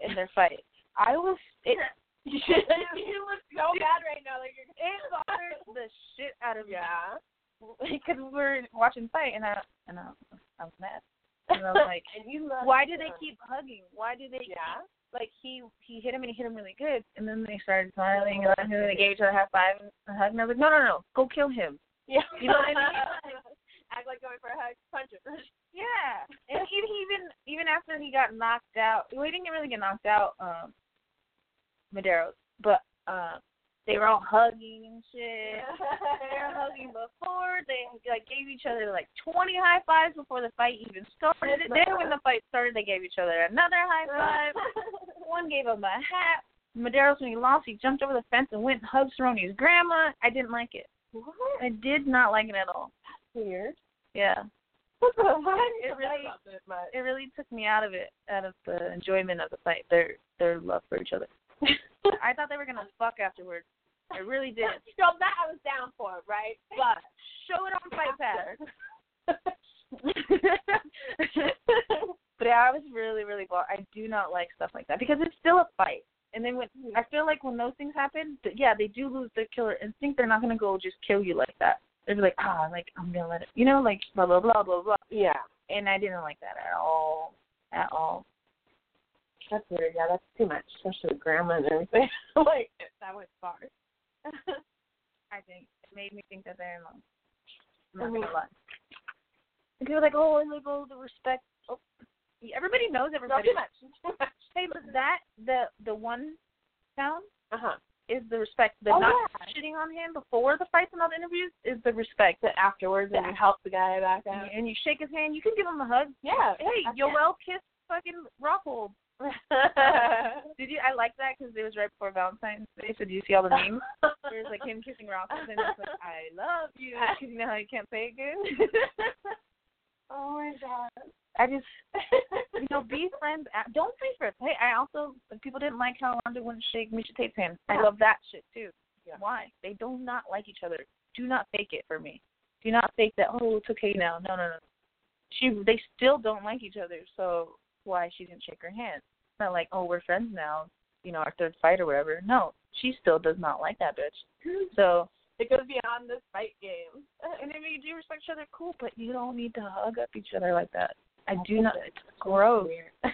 in their fight. I was it. you look so bad right now. Like you're. It bothered the shit out of me [laughs] Yeah. because we were watching fight and I and I, I was mad. And I was like, [laughs] And you love. why do they keep hugging? Why do they Yeah. like he he hit him and he hit him really good and then they started smiling and then they gave each other a high five and a hug and I was like, no no no, go kill him. [laughs] Yeah. You know what I mean? [laughs] Act like going for a hug. Punch him. [laughs] Yeah, and even even even after he got knocked out, well, he didn't really get knocked out, um, Medeiros, but uh, they were all hugging and shit. [laughs] they were hugging before. They like gave each other like 20 high fives before the fight even started. Then when the fight started, they gave each other another high five. One gave him a hat. Medeiros, when he lost, he jumped over the fence and went and hugged Cerrone's grandma. I didn't like it. [laughs] What? I did not like it at all. Weird. Yeah, [laughs] What the what? It really- It [laughs] much. it really took me out of it, out of the enjoyment of the fight, their their love for each other. [laughs] I thought they were gonna fuck afterwards. I really did. So that I was down for, right? But show it on Fight Pass. [laughs] but I was really, really bored. I do not like stuff like that because it's still a fight. And then when I feel like when those things happen, th- yeah, they do lose their killer instinct. They're not gonna go just kill you like that. They'd be like, ah, like I'm gonna let it, you know, like blah blah blah blah blah. Yeah. And I didn't like that at all, at all. That's weird. Yeah, that's too much, especially with grandma and everything. [laughs] like that went far. [laughs] I think it made me think that they're in love. I'm Mhm. not gonna lie. And people are like, oh, and they go the respect. Oh, everybody knows Not everybody. too much. [laughs] Too much. Hey, look, that the the one sound Uh huh. is the respect. The Oh, not yeah. shitting on him before the fights and all the interviews is the respect. But afterwards, and you help the guy back And out. you- And you shake his hand. You can give him a hug. Yeah. Hey, you're [laughs] Yoel kissed fucking Rockhold. welcome. Did you? I like that because it was right before Valentine's Day. So did you see [laughs] all the memes? It was like him kissing Rockhold, and it's like I love you [laughs] because you know how you can't say it good. oh my god. [laughs] I just, you know, be friends. a- Don't be friends. Hey, I also people didn't like how Ronda wouldn't shake Misha Tape's hand. I love that shit too. Yeah. Why? They do not like each other. Do not fake it for me. Do not fake that. Oh, it's okay now. No, no, no. She, they still don't like each other. So why she didn't shake her hand? It's not like oh we're friends now. You know our third fight or whatever. No, she still does not like that bitch. So It goes beyond this fight game. [laughs] and if you do respect each other, cool. But you don't need to hug up each other like that. I do not. It's gross. [laughs]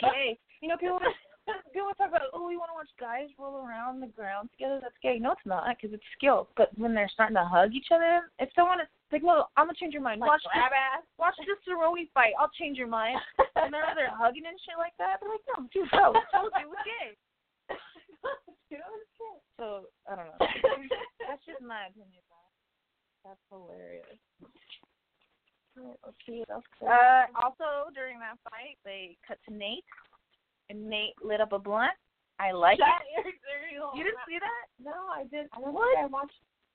gay. You know, people [laughs] people talk about, oh, we want to watch guys roll around the ground together. That's gay. No, it's not, because it's skill. But when they're starting to hug each other, if someone is like, no, I'm gonna change your mind. Like watch grab this, watch this Cerrone fight. I'll change your [laughs] mind. And they're they're hugging and shit like that. They're like, no, dude, no, I told you it was [laughs] gay. So I don't [laughs] know. That's just my opinion. though. That's hilarious. Alright, Let's see what else. Uh, also during that fight, they cut to Nate, and Nate lit up a blunt. I like it. You didn't see that? No, I didn't. I don't What? think I watched.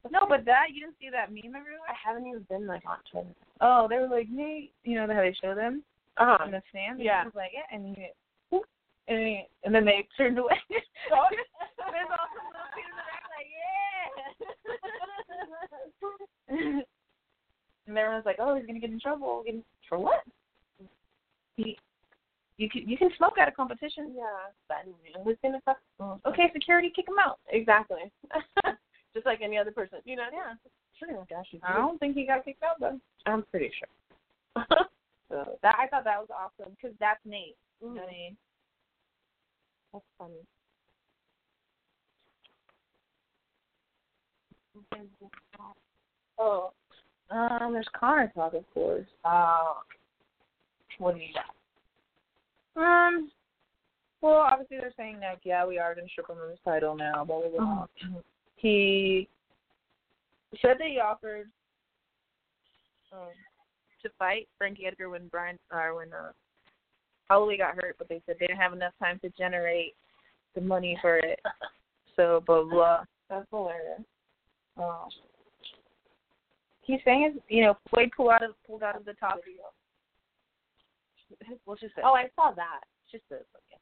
No, but that you didn't see that meme I everywhere. haven't even been like on Twitter. Oh, they were like Nate. You know how they show them Uh in the stands. Yeah. He was like, yeah, and he, went, "Whoop," and, he, and then they turned [laughs] away. There's all some little kids in the back like, yeah. [laughs] and everyone's like, oh, he's gonna get in trouble. Get in- For what? He, you can you can smoke at a competition. Yeah. But anyway, who's gonna fuck? Okay, security, kick him out. Exactly. [laughs] Just like any other person. You know. Oh. Yeah. Sure. Gosh, you I don't think he got kicked out though. I'm pretty sure. [laughs] so That I thought that was awesome because that's Nate. You Mm. know what I mean? that's funny. Oh. Um, there's Connor talk, of course. Oh. What do you got? Um, Mm-hmm. well, obviously they're saying like, yeah, we are gonna strip him of his title now, blah blah blah. He said that he offered um, to fight Frankie Edgar when Brian or when uh, Holloway got hurt, but they said they didn't have enough time to generate the money for it. So blah blah. that's hilarious. Um, he's saying is you know Floyd pulled out of pulled out of the top. What's just say? Oh, I saw that. it's just this. Okay.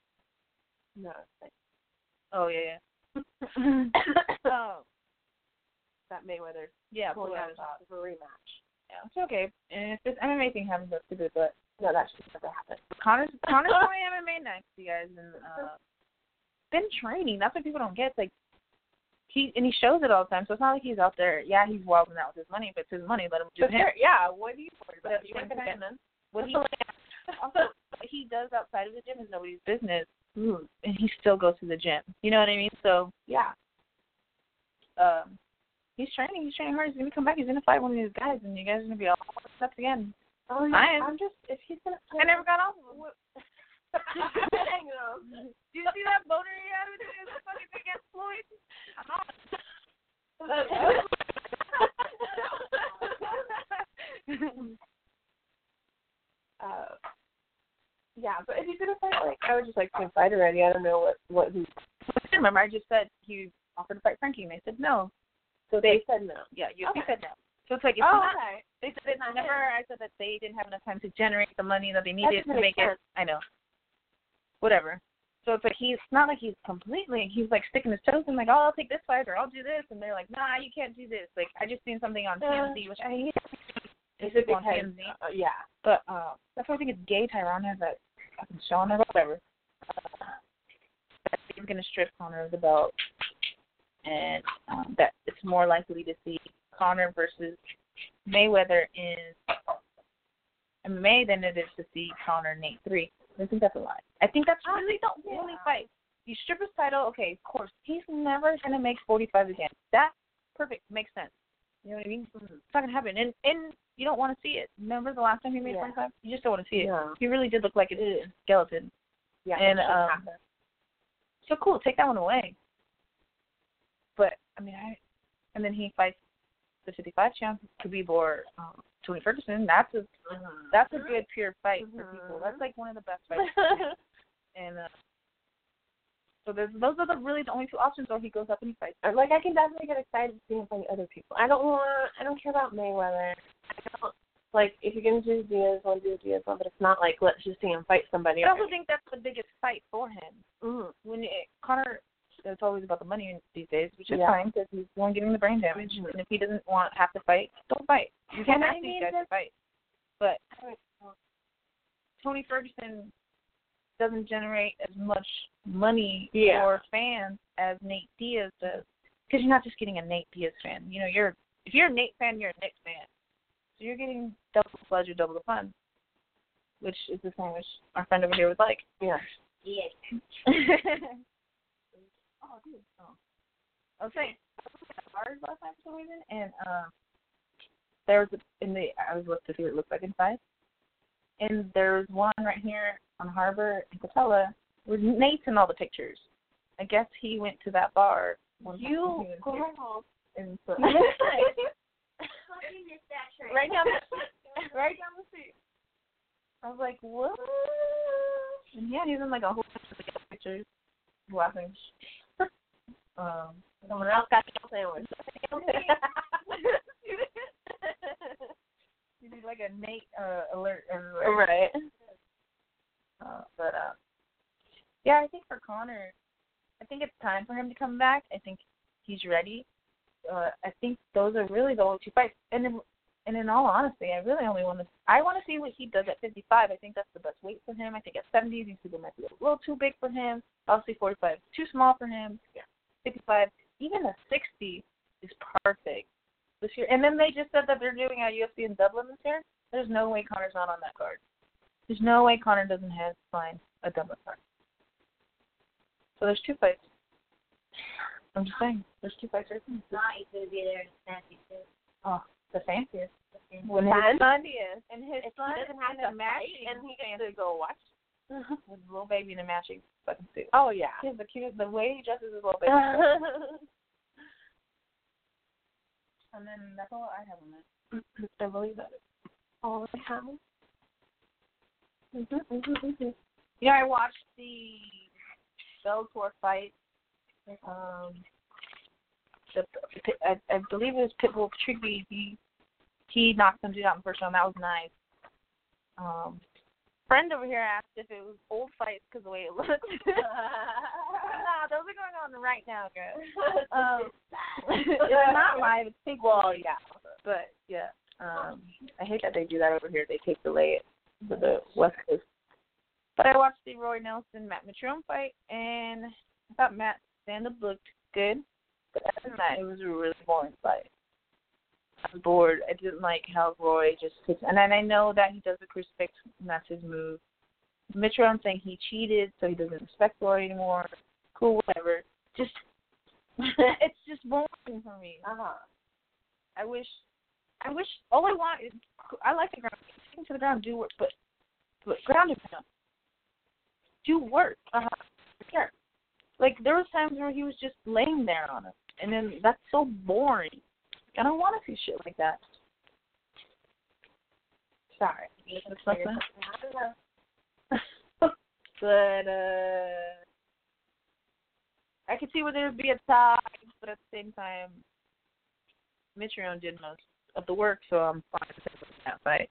No, it's like, Oh yeah. yeah. [coughs] um, that Mayweather yeah, pulling pulled out out his of the top. for a rematch. Yeah, it's okay. And if this MMA thing happens, that's stupid. But No, that should never happen. Connor's [laughs] Connor's playing MMA next, you guys, and uh, been training. That's what people don't get. It's like he and he shows it all the time, so it's not like he's out there. Yeah, he's wilding out with his money, but it's his money. Let him do But him. there, yeah, what do you worry about? That's You make one an thing. end. What he [laughs] also what he does outside of the gym is nobody's business, and he still goes to the gym. You know what I mean? So Yeah. um, he's training. He's training hard. He's gonna come back. He's gonna fight one of these guys, and you guys are gonna be all messed up again. Oh, yeah. I am. I'm just if he's gonna. I [laughs] [laughs] never got off of him. I know. [laughs] Do you see that boner he had with his fucking big ass Floyd? I'm not. [laughs] uh, yeah, but if he's gonna fight, like I would just like to fight already. I don't know what what he. Remember, I just said he offered to fight Frankie, and they said no. So they said no. Yeah, you you Okay. said no. So it's like it's not. okay. They said it's never. I said that they didn't have enough time to generate the money that they That needed doesn't to make make it. I know. Whatever. So it's like he's it's not like he's completely. He's like sticking his toes in, like, oh, I'll take this fight or I'll do this, and they're like, nah, you can't do this. Like I just seen something on Uh, TMZ, which I hate. Is it on because? TMZ. Uh, yeah. But uh, that's why I think it's gay Tyrone has that fucking show on her, whatever. That he's gonna strip Connor of the belt, and um, that it's more likely to see Connor versus Mayweather in MMA than it is to see Connor and Nate three. I think that's a lie. I think that's really the only yeah. fight. You strip his title, okay, of course. He's never gonna make forty five again. That perfect makes sense. You know what I mean? It's not gonna happen. And and you don't want to see it. Remember the last time he made Yeah. forty five? You just don't want to see it. Yeah. He really did look like a skeleton. Yeah. And, it should um, happen. So cool, take that one away. But I mean, I and then he fights the fifty five champ Khabib or um, Tony Ferguson. That's a that's a [laughs] good pure fight for people. Mhm. That's like one of the best fights. [laughs] and uh, so there's, those are the really the only two options. Or he goes up and he fights. Uh, like I can definitely get excited to see him fight other people. I don't want. I don't care about Mayweather. I don't like if you're gonna do Diaz one, do Diaz one, but it's not like let's just see him fight somebody. I also think that's the biggest fight for him. mm. when it, Connor, it's always about the money these days, which is Yeah. fine because he's the one getting the brain damage. Mhm. And if he doesn't want half to fight, don't fight. You can't I ask these mean, guys to that's- fight. But Tony Ferguson doesn't generate as much money Yeah. for fans as Nate Diaz does, because you're not just getting a Nate Diaz fan. You know, you're if you're a Nate fan, you're a Nick fan, so you're getting double the pleasure, double the fun, which is the same which our friend over here would like. [laughs] Yeah. [laughs] Yes. oh, dude. Oh. I was saying, I was at bars last night for some reason, and um, there was a, in the I was looked to see what it looked like inside, and there was one right here on Harbor in Capella where Nate's in all the pictures. I guess he went to that bar. One time You when he was go here, and [laughs] so Fucking missed that train. right down the right down the street. I was like, what? And yeah, he's in like a whole bunch of like, pictures, laughing. [laughs] um, Someone else got the [laughs] sandwich. You do like a Nate uh, alert everywhere. right. Uh, but uh, yeah, I think for Connor, I think it's time for him to come back. I think he's ready. Uh, I think those are really the only two fights. And in, and in all honesty, I really only want to. I want to see what he does at 55. I think that's the best weight for him. I think at 70, these people might be a little too big for him. Obviously, 45 is too small for him. Yeah. 55, even a 60 is perfect this year. And then they just said that they're doing a UFC in Dublin this year. There's no way Connor's not on that card. There's no way Connor doesn't have sign a Dublin card. So there's two fights. I'm just saying, there's two fights right there. Not he's gonna be there in Snappy too. Oh, the fanciest. Fucking- When his Fun. son is, and his If he son doesn't have in to a fight matching and he fancy gets to go watch. with little baby in a matching fucking suit. [laughs] Oh yeah. Uh. He has the cutest. The way he dresses his little baby. I and then that's all I have on that. I believe that is all I have. Mm-hmm, Yeah, I watched the Bellator fight. um the I, I believe it was Pitbull Patrigby. He he knocked some dude out in the first round. That was nice. Um, friend over here asked if it was old fights because the way it [laughs] looked. nah, those are going on right now, guys. Um, [laughs] it's not live. It's big wall, yeah. But yeah, um, I hate that they do that over here. They take delay it for the West Coast. But I watched the Roy Nelson Matt Matron fight, and I thought Matt stand up looked good. But other than that, it was a really boring fight. I was bored. I didn't like how Roy just sits. And then I know that he doesn't respect, and that's his move. Mitron saying he cheated, so he doesn't respect Roy anymore. Cool, whatever. Just, [laughs] it's just boring for me. Uh Uh-huh. huh. I wish, I wish. All I want is, I like the ground. Take him to the ground, do work, but, but ground him down. Do work. Uh huh. Care. Like there was times where he was just laying there on him, and then that's so boring. I don't want to see shit like that. Sorry. That's like that. [laughs] but uh, I could see where there'd be a tie, but at the same time, Mitrione did most of the work, so I'm fine with that fight.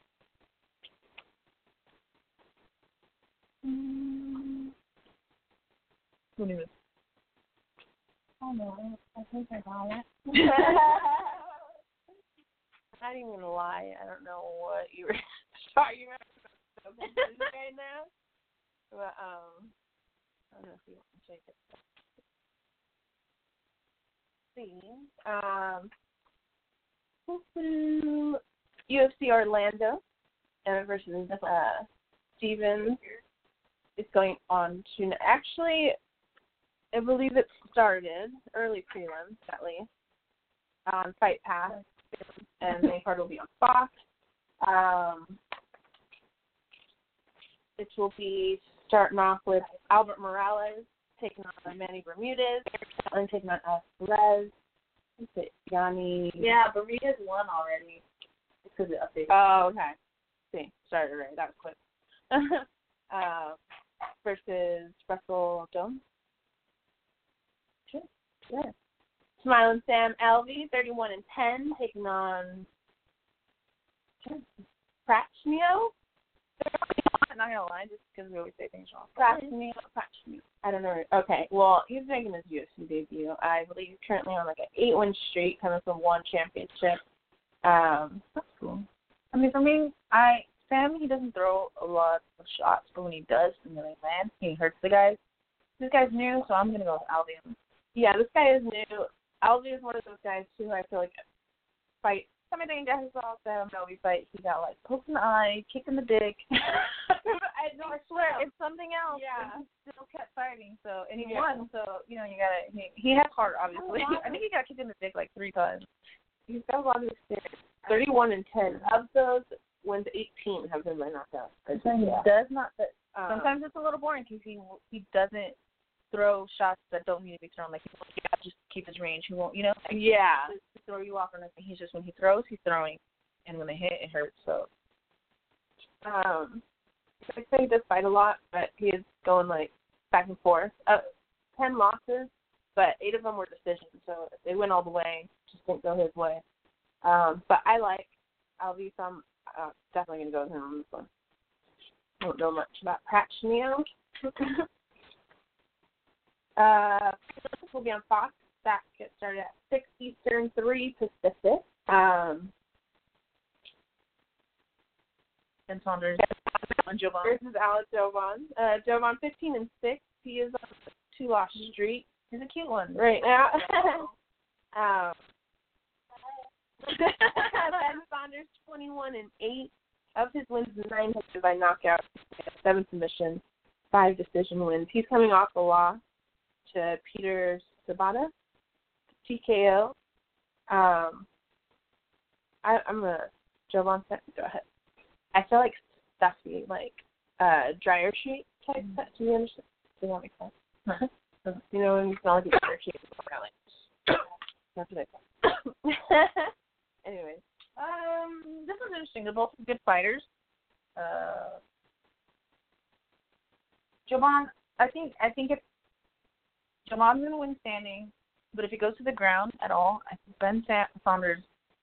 Mm. Who knew? Oh no, I think I got it. I'm [laughs] not even gonna lie. I don't know what you were [laughs] talking about. I'm so confused right now. But um, I don't know if you want to check it. see. Um, we'll do UFC Orlando uh, versus uh, Stevens is going on to actually. I believe it started early prelims at least on Fight Pass, and the card will be on Fox. Um, it will be starting off with Albert Morales taking on Manny Bermudez. I'm taking on Alvarez. Is it Yanni? Yeah, Burrito's won already. It's because it updated. Oh, okay. See, started right. That was quick. [laughs] uh, versus Russell Jones. Sure. Yeah. Smiling Sam Alvey, 31 and 10, taking on sure. Prachnio. I'm not gonna lie, just because we always say things wrong. Prachnio. Prachnio. I don't know. Okay. Well, he's making his UFC debut. I believe he's currently on like an eight-win streak, coming from one championship. Um, That's cool. I mean, for me, I Sam he doesn't throw a lot of shots, but when he does, and when he lands, he hurts the guys. This guy's new, so I'm gonna go with Albion. yeah, this guy is new. Alvey is one of those guys too. I feel like fight. Somebody got his off Sam Melby fight. He got like poked in the eye, kicked in the dick. [laughs] I no, [laughs] I swear, it's something else. Yeah. And he still kept fighting, so and he Yeah. won. So you know, you gotta. He, he has heart, obviously. Oh, wow. [laughs] I think he got kicked in the dick like three times. He's got a lot of experience. Thirty-one and ten. Of those, wins eighteen have been by knockout. Yeah. He does not. That, Um, sometimes it's a little boring because he he doesn't throw shots that don't need to be thrown. Like he won't yeah, just keep his range. He won't, you know, like, Yeah. throw you off or nothing. He's just when he throws, he's throwing, and when they hit, it hurts. So Um, I'd say he does fight a lot, but he is going like back and forth. Uh, ten losses, but eight of them were decisions, so they went all the way. Just didn't go his way. Um, but I like Alvi, so I'm uh, definitely gonna go with him on this one. I don't know much about Prachnio. [laughs] uh, this will be on Fox. That gets started at six Eastern, three Pacific. Um, Ben Saunders and Jovan. versus Alex Jovan. Uh, Jovan, 15 and 6. He is on a two loss streak He's a cute one. right now. [laughs] um, ben Saunders, 21 and 8. Of his wins, nine have been by knockout, seven submissions, five decision wins. He's coming off a loss to Peter Sabata, TKO. Um, I, I'm a Jovan fan. Go ahead. I feel like stuffy, like uh, dryer sheet type. stuff. Do you understand? Does that make sense? [laughs] [coughs] You know, when you smell like a dryer sheet, it's kind of like that's what I thought. um, interesting. They're both good fighters. Uh, Jovan, I think I think if Jamal's gonna win standing, but if he goes to the ground at all, I think Ben Sa- Saunders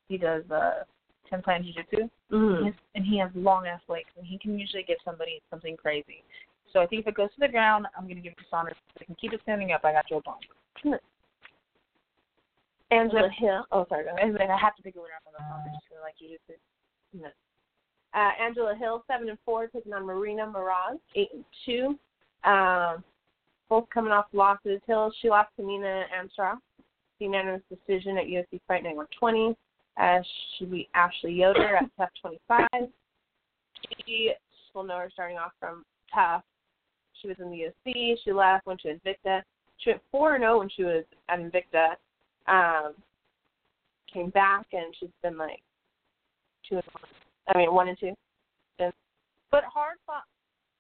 he does uh Tenpan Jiu Jitsu Hmm. Mm. He's- and he has long ass legs and he can usually give somebody something crazy. So I think if it goes to the ground, I'm gonna give it to Saunders. If I can keep it standing up, I got Jovan. Angela Yep. Hill. Oh, sorry. Go ahead. And then [laughs] I have to pick a winner from the Saunders because I like Jiu Jitsu. Uh, Angela Hill, seven and four, taking on Marina Moraz, eight and two. Um, both coming off losses. Hill, she lost to Nina Amstra, unanimous decision at UFC Fight Night 120. Uh, she beat Ashley Yoder at [laughs] tough 25. She, we'll know her starting off from tough. She was in the UFC. She left, went to Invicta. She went 4 and 0 when she was at Invicta. Um, came back, and she's been like 2 and 1. I mean, one and two. But hard fought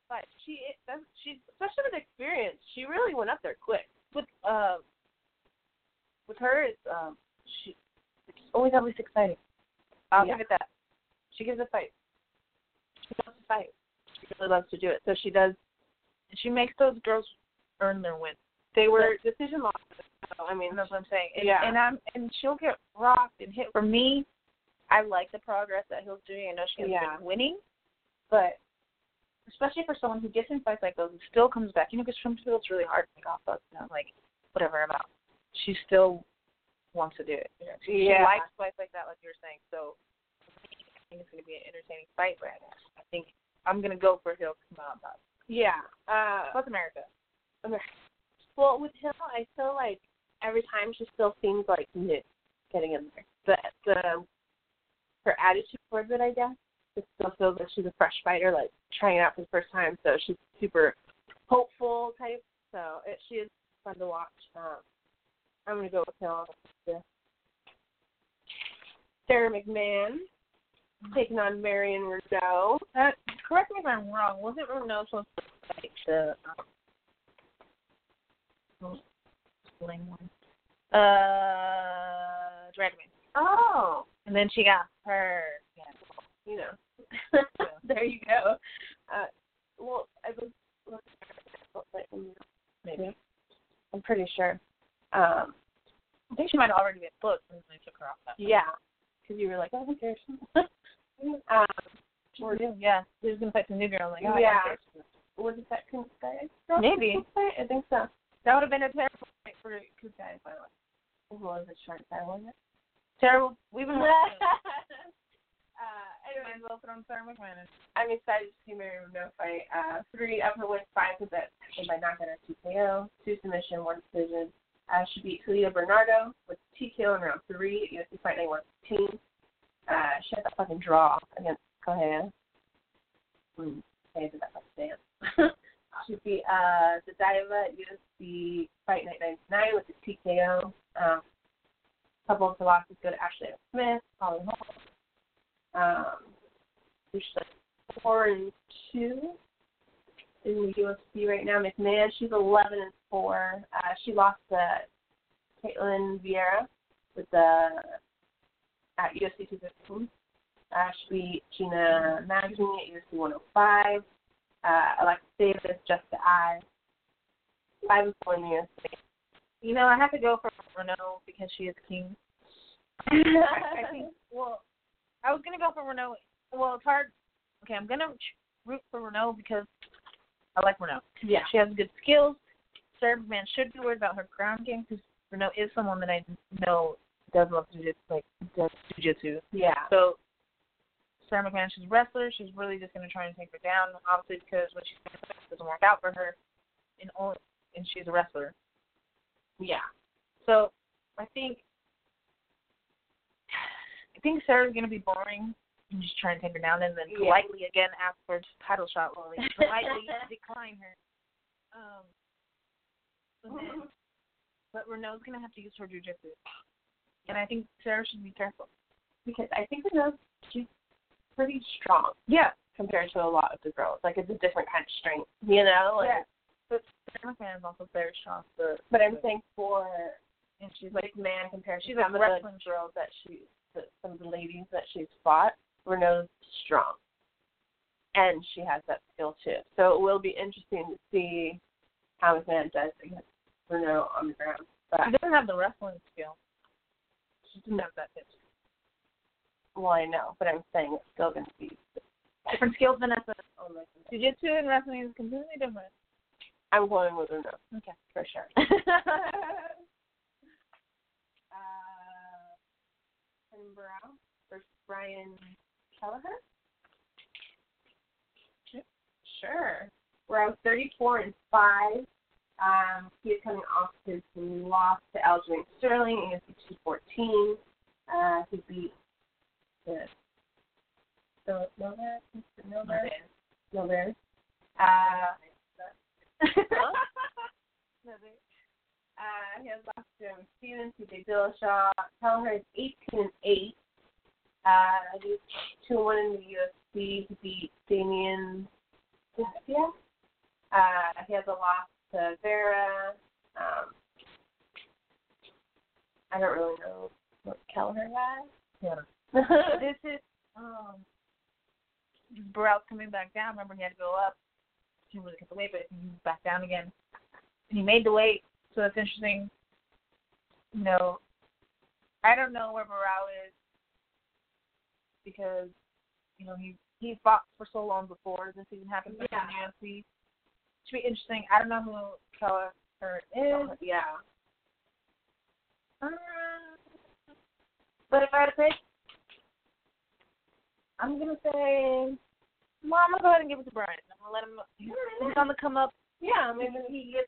But she, that's, she's especially with experience, she really went up there quick. with uh with her it's um she it's always always exciting. I'll Yeah. give it that. She gives a fight. She loves to fight. She really loves to do it. So she does. And she makes those girls earn their win. They were decision losses. So, I mean, And that's what I'm saying. And, Yeah. and I'm and she'll get rocked and hit for me. I like the progress that Hill's doing. I know she's Yeah. been winning. But especially for someone who gets in fights like those and still comes back, you know, because Shrimpsville it's really hard to like off us you know, like whatever I'm out. She still wants to do it. You know? She Yeah. likes fights like that, like you were saying. So for me, I think it's going to be an entertaining fight, but I think I'm going to go for Hill because I'm not. yeah. Uh, Plus America. well, with Hill, I feel like every time she still seems like new, getting in there. The the her attitude towards it, I guess, it still feels like she's a fresh fighter, like trying it out for the first time. So she's super hopeful type. So it, she is fun to watch. Um, I'm gonna go with Hill. Yeah. Sarah McMahon taking on Marion Rodeau. Uh, correct me if I'm wrong. Wasn't Renault supposed to fight the um, lame one? Uh, Dragon. Oh, And then she got her. Yeah. [laughs] you know. there you go. Uh, well, I was. Maybe. I'm pretty sure. Um, I think she might have already been booked when they took her off that. yeah, because you were like, oh, who cares? [laughs] um, Or, yeah. She was gonna fight some new girl. Like, oh, I Yeah. got this. was it that Kunz guy? Maybe. I think so. That would have been a terrible fight for Kunz guy to fight with. Who was it? Short guy, wasn't it? Terrible. We've [laughs] been. Might uh, anyway, as well throw in Sarah McMahon. in. I'm excited to see Mary Romano fight. Uh, three of her wins, five was that won by knockout or TKO, two submission, one decision. Uh, she beat Julia Bernardo with TKO in round three at UFC Fight Night 115. Uh, she had that fucking draw against Kohea. Mm. They did that fucking dance. [laughs] she beat uh, Zadiva at UFC Fight Night 99 with the TKO. Um, a couple of the losses go to Ashley Smith, Holly Holm. Um, who's like four and two in the UFC right now. McMahon, she's eleven and four. Uh, she lost to Caitlin Vieira with the at UFC 215. Uh, she beat Gina Magazine at UFC 105. Uh, Alexa Davis, Jessica I. Five and four in the UFC. You know, I have to go for Renault because she is king. [laughs] I think. Well, I was gonna go for Renault. Well, it's hard. Okay, I'm gonna ch- root for Renault because I like Renault. [laughs] Yeah. She has good skills. Serb man should be worried about her ground game because Renault is someone that I know does love jujitsu, like does jujitsu. Yeah. So Sarah McMahon, she's a wrestler. She's really just going to try and take her down, obviously, because when she's doing it doesn't work out for her, and only, and she's a wrestler. Yeah. So I think I think Sarah's going to be boring and just try and take her down, and then Yeah. politely again ask for a title shot, Lily. Politely decline her. Um, but then- but Renault's going to have to use her jujitsu, and I think Sarah should be careful. Because I think Renault, she's pretty strong. Yeah, compared to a lot of the girls. Like it's a different kind of strength, you know. Like, Yeah. Oh, But Sarah McMahon's also very strong, but But I'm saying for and she's like man compared to She's a some of wrestling the girls that she, that some of the ladies that she's fought, Renee's strong, and she has that skill too. So it will be interesting to see how his man does against Renee on the ground. But She doesn't have the wrestling skill. She doesn't have that pitch. well, I know, but I'm saying it's still going to be. Different skills, Vanessa. Oh my goodness. Jiu-jitsu and wrestling is completely different. I'm going with Renee Okay. for sure. [laughs] uh, Tim Brown versus Brian Kelleher. Sure. Brown, 34 and 5. Um, he is coming off his loss to Aljamain Sterling in UFC 214. Uh, he beat the the Novak, Mr. Novak, Novak. Uh, [laughs] Novak. Uh, he has lost to Jeremy Stevens, CJ Dillashaw. Kelleher is 18 and 8. Uh, he's 2 1 in the UFC. He beat Damien Garcia. Uh, he has a loss to Vera. Um, I don't really know what Kelleher has. [laughs] Yeah. this is um Burrell's coming back down. Remember he had to go up. He really cut the weight, but he was back down again. And he made the weight, so it's interesting. You know, I don't know where Burrell is because you know he he fought for so long before this even happened for Yeah. him in the UFC. Should be interesting. I don't know who Keller is. yeah. Uh, but if I had to pick, I'm gonna say, Mom, I'm gonna go ahead and give it to Brian. I'm gonna let him. He's on the come up. Yeah, maybe he gets.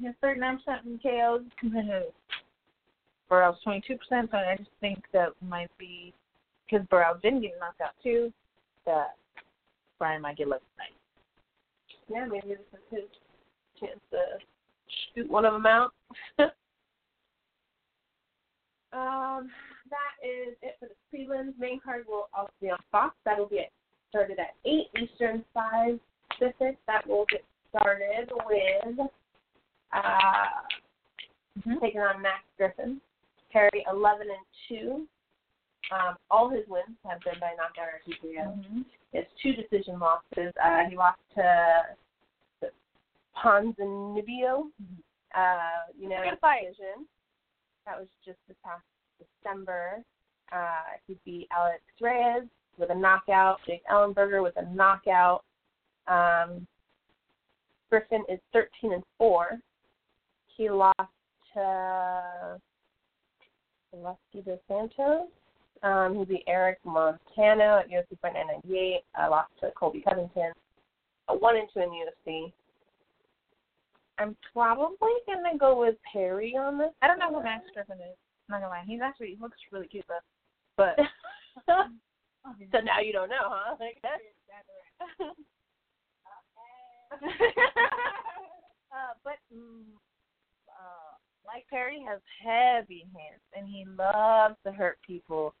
His 39% in [laughs] KOs compared to Burrell's 22%. So I just think that might be because Burrell didn't get knocked out too. That Brian might get lucky tonight. Yeah, maybe this is his chance to shoot one of them out. [laughs] um, that is it for the prelims. Main card will also be on Fox. That will be at, started at eight Eastern, five Pacific. That will get started with uh, Mm-hmm. taking on Max Griffin. Perry eleven and two. Um, all his wins have been by knockout or TKO. Mhm. He has two decision losses. Uh, he lost to Ponzinibbio, uh, you know, Mm-hmm. Good fight. decision. That was just this past December. Uh, he beat Alex Reyes with a knockout. Jake Ellenberger with a knockout. Um, Griffin is 13 and four. He lost to Lusky Dos Santos. Um, he beat Eric Montano at UFC Fight 998. I lost to Colby Covington. A one and two in UFC. I'm probably gonna go with Perry on this. I don't know who Max Griffin is. I'm not gonna lie. He's actually he looks really cute though. but [laughs] so now you don't know, huh? [laughs] Like, uh, but mm, uh, Mike Perry has heavy hands, and he loves to hurt people.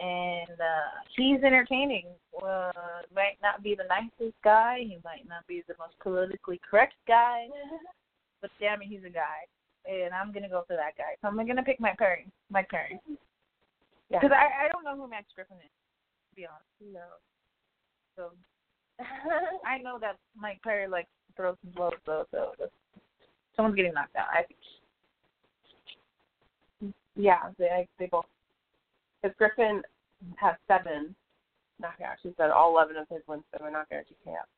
And uh, he's entertaining. Uh, might not be the nicest guy. He might not be the most politically correct guy. But damn it, he's a guy. And I'm gonna go for that guy. So I'm gonna pick Mike Perry. Mike Perry. [laughs] Yeah. Because I, I don't know who Max Griffin is. To be honest. no. So I know that Mike Perry likes to throw some blows though, so that's- someone's getting knocked out. I think. yeah, they I- they both. Because Griffin has seven knockouts. He's done all eleven of his wins that were knockouts. You can't.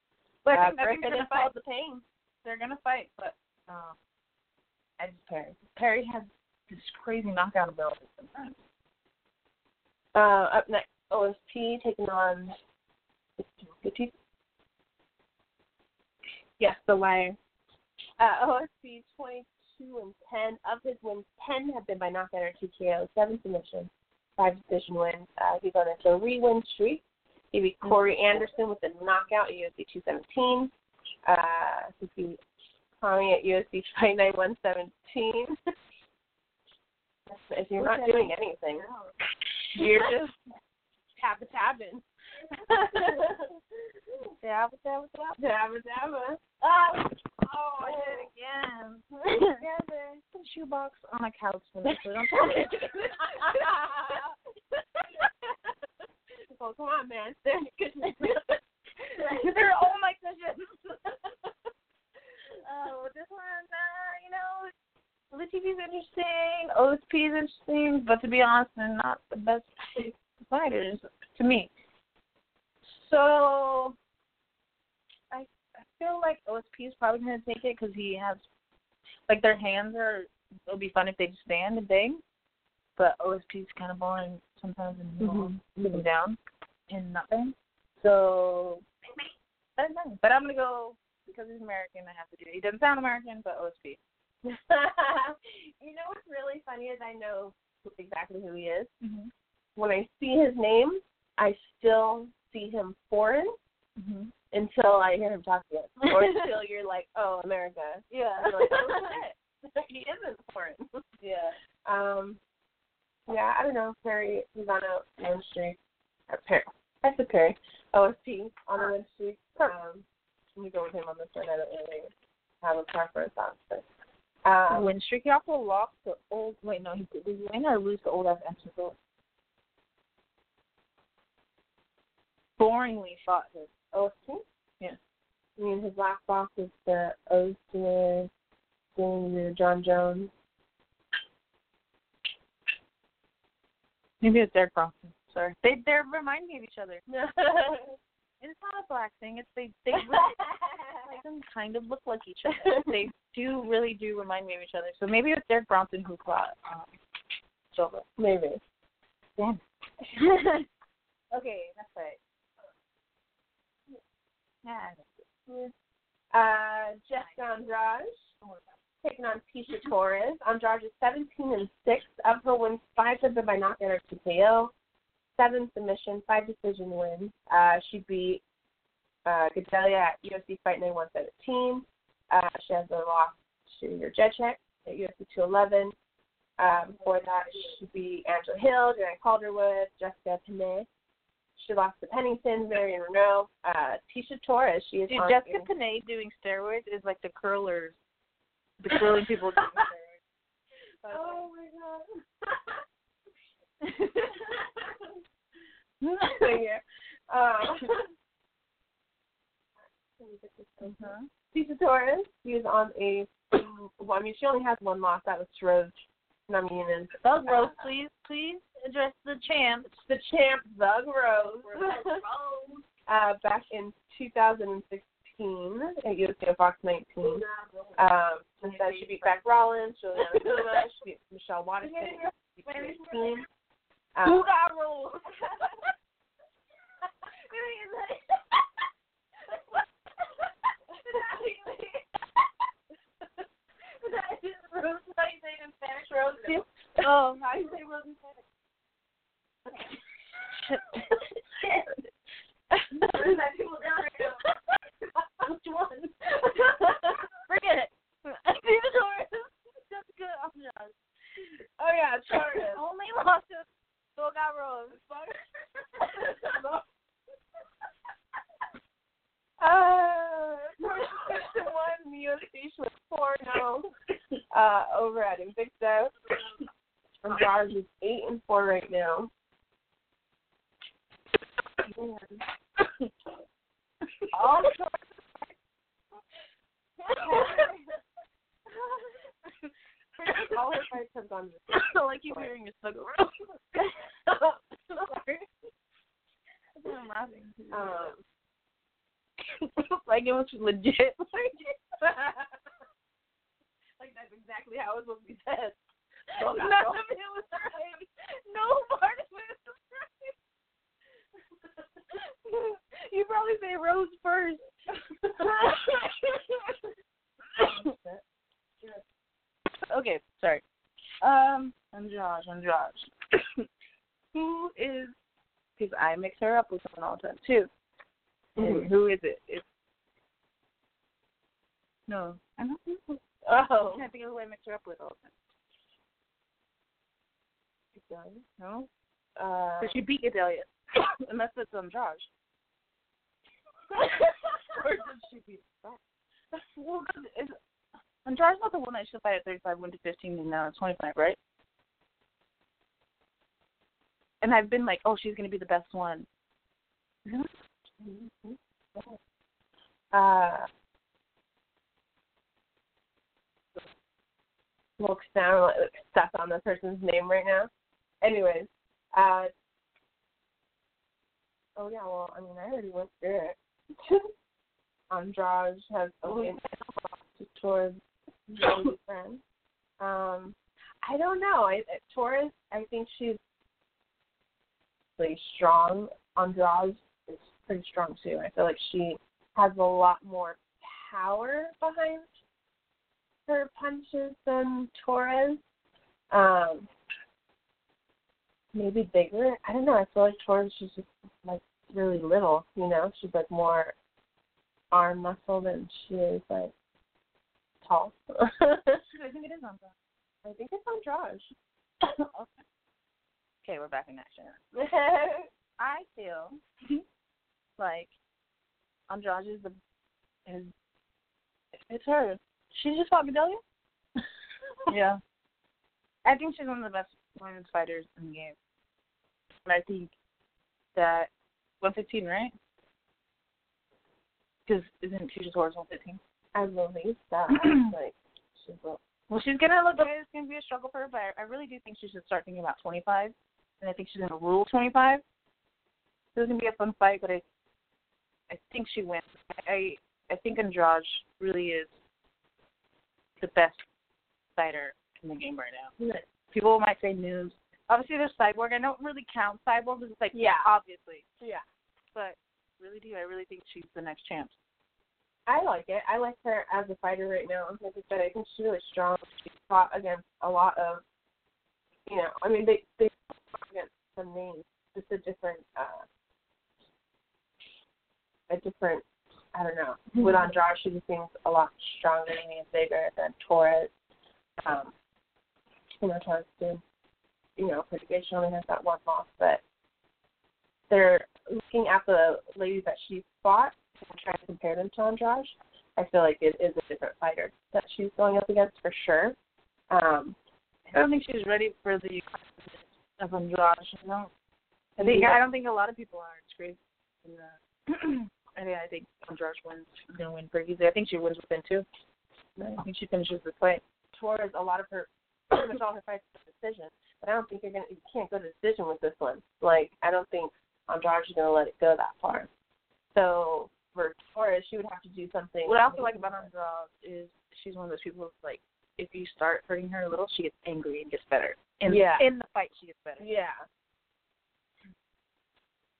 But Uh, I think, I think Griffin they're is gonna fight. called the pain. They're gonna fight, but um, I just Perry. Perry has this crazy knockout ability sometimes. Uh, up next, OSP taking on fifty. Yes, the wire. Uh, OSP twenty-two and ten. Of his wins, ten have been by knockout or TKO. Seven submissions, five decision wins. Uh, he's on a three-win streak. He beat Corey Anderson with a knockout at UFC two seventeen. Uh, he beat Tommy at UFC fight night one seventeen. [laughs] if you're not doing anything, you're just [laughs] Tabba tabbing. Dabba, dabba, dabba. [laughs] Tabba tabba. [laughs] Oh, oh, I did it again. Together. Shoebox on a couch. Vanessa. Don't tell me. This whole come on, man. [laughs] There's goodness. [laughs] They're all my [laughs] cushions. oh, this one, uh, you know, the TV's interesting, OSP is interesting, but to be honest, they're not the best providers to me. So, I I feel like OSP is probably going to take it because he has, like, their hands are. It'll be fun if they just stand and bang, but OSP is kind of boring sometimes and you know, sitting down and nothing. So I don't know. But I'm gonna go because he's American. I have to do it. He doesn't sound American, but OSP. you know what's really funny is I know who- exactly who he is. When I see his name, I still see him foreign Mm-hmm. until I hear him talk again, or until you're like, "Oh, America." Yeah. And you're like, "Oh shit, he isn't foreign." [laughs] yeah. Um, yeah, I don't know. Perry, he's on a win streak. Or Perry, I said Perry. OSP on a win streak. Um, I'm gonna go with him on this one. I don't really have a preference on this. Um, Win streak. He also lost the old. Wait, no, he did. Did he win or lose the old ass Emsonville? Boringly fought his. OSP? Yeah. I mean, his last boss is the Oster doing the John Jones. Maybe it's Derek Bronson. Sorry. They they remind me of each other. It's not a black thing. It's they they [laughs] really, like them kind of look like each other. They do really do remind me of each other. So maybe it's Derek Bronson who fought um, Silva. Maybe. [laughs] Okay, that's right. Yeah. Uh, Jeff Andrade taking on Tisha Torres. Andrade is 17 and 6. Of her wins, 5 of them by knockout or TKO. 7 submission, 5 decision wins. Uh, she beat uh, Gadelia at UFC Fight Night 117. Uh, she has a loss to your Jacek at UFC 211. Um, for that, she beat Angela Hill, Joanne Calderwood, Jessica Panay. She lost to Pennington, Marion Renault, uh, Tisha Torres. She is Dude, on Jessica a- Panay doing steroids is like the curlers, the curling people doing [laughs] steroids. Oh my god. [laughs] yeah. Um, Mhm. Tisha Torres, she was on a. Well, I mean, she only has one loss. That was to Rose Namajunas. Thug Rose, please, please address the champ. The champ, Thug Rose, [laughs] uh, back in 2016 at UFC Fox 19. Um, since then, she beat Beck Rollins, Juliana Puma, she beat Michelle Waterson. She beat Christine. Um, got rules? oh, how do you say Rose in Spanish? [laughs] Which one? Forget it. Steven [laughs] Torres, Jessica Andrade. Oh yeah, [laughs] Torres. Only lost to Boga Rose. [laughs] Uh, the one UFC with four no uh, over at Invicta. And Josh is eight and four right now. All all her fights have gone. [laughs] I keep hearing your [laughs] Boga Rose. Sorry. [laughs] I'm laughing. Uh, Um, [laughs] like it was [laughs] legit. like that's exactly how it's supposed to be said. None of it was right. No part of it was right. [laughs] you probably say Rose first. [laughs] okay, sorry. Um, I'm Josh. I'm Josh. [coughs] who is? Because I mix her up with someone all the time too. And who is it? It's no, I don't think. so. Oh. I can't think of who I mix her up with all the time. No, Uh, but she beat [coughs] Azalea. Unless it's um Josh. [laughs] or did she beat Josh? Well, 'cause it's, and Josh not the one that should fight at 35, went to 15, and now it's 25, right? And I've been like, oh, she's going to be the best one. Uh, looks down like stuff on the person's name right now. Anyways, uh, oh yeah, well I mean I already went through it. [laughs] Andrade has opened to Taurus friend. Um, I don't know. I, I- Taurus, I think she's really strong. Andrade is pretty strong too. I feel like she has a lot more power behind her punches than Torres. Um, maybe bigger. I don't know. I feel like Torres is just like really little. You know, she's like more arm muscle than she is like tall. [laughs] I I think it is on Broadway. think it's Andrade. Okay, we're back in action. I feel like Andrade is the is it's her. She just fought Bedelia. [laughs] yeah, I think she's one of the best women's fighters in the game, and I think that 115, right? Because isn't she just Horse 115? I believe that. like she's a Well, she's gonna look. It's gonna be a struggle for her, but I, I really do think she should start thinking about 25, and I think she's gonna rule 25. So it's gonna be a fun fight, but I, I think she wins. I, I think Andrade really is the best fighter in the game right now. Right. People might say news. Obviously, there's Cyborg. I don't really count Cyborg because it's like "Oh." Yeah. obviously, yeah. but really do I really think she's the next champ? I like it. I like her as a fighter right now. Like I said, I think she's really strong. She fought against a lot of, you know, I mean, they they fought against some names, just a different, uh, a different. I don't know. With Andrade, she just seems a lot stronger and bigger than Torres. Um, you know, Torres did, you know, pretty good. She only has that one loss, but they're looking at the ladies that she fought and try to compare them to Andrade, I feel like it is a different fighter that she's going up against for sure. Um, I don't think she's ready for the of Andrade. You know, I think I don't think a lot of people are. It's crazy. And, uh, [clears throat] I mean, I think Andrade wins. She's gonna win pretty easily. I think she wins within two. I think she finishes the fight. Torres, a lot of her, [clears throat] pretty much all her fights are decision, but I don't think you're gonna, you can't go to decision with this one. Like I don't think Andrade is gonna let it go that far. So for Torres, she would have to do something. What I also like about Andrade is she's one of those people who's like, if you start hurting her a little, she gets angry and gets better. In, Yeah. In the fight, she gets better. Yeah.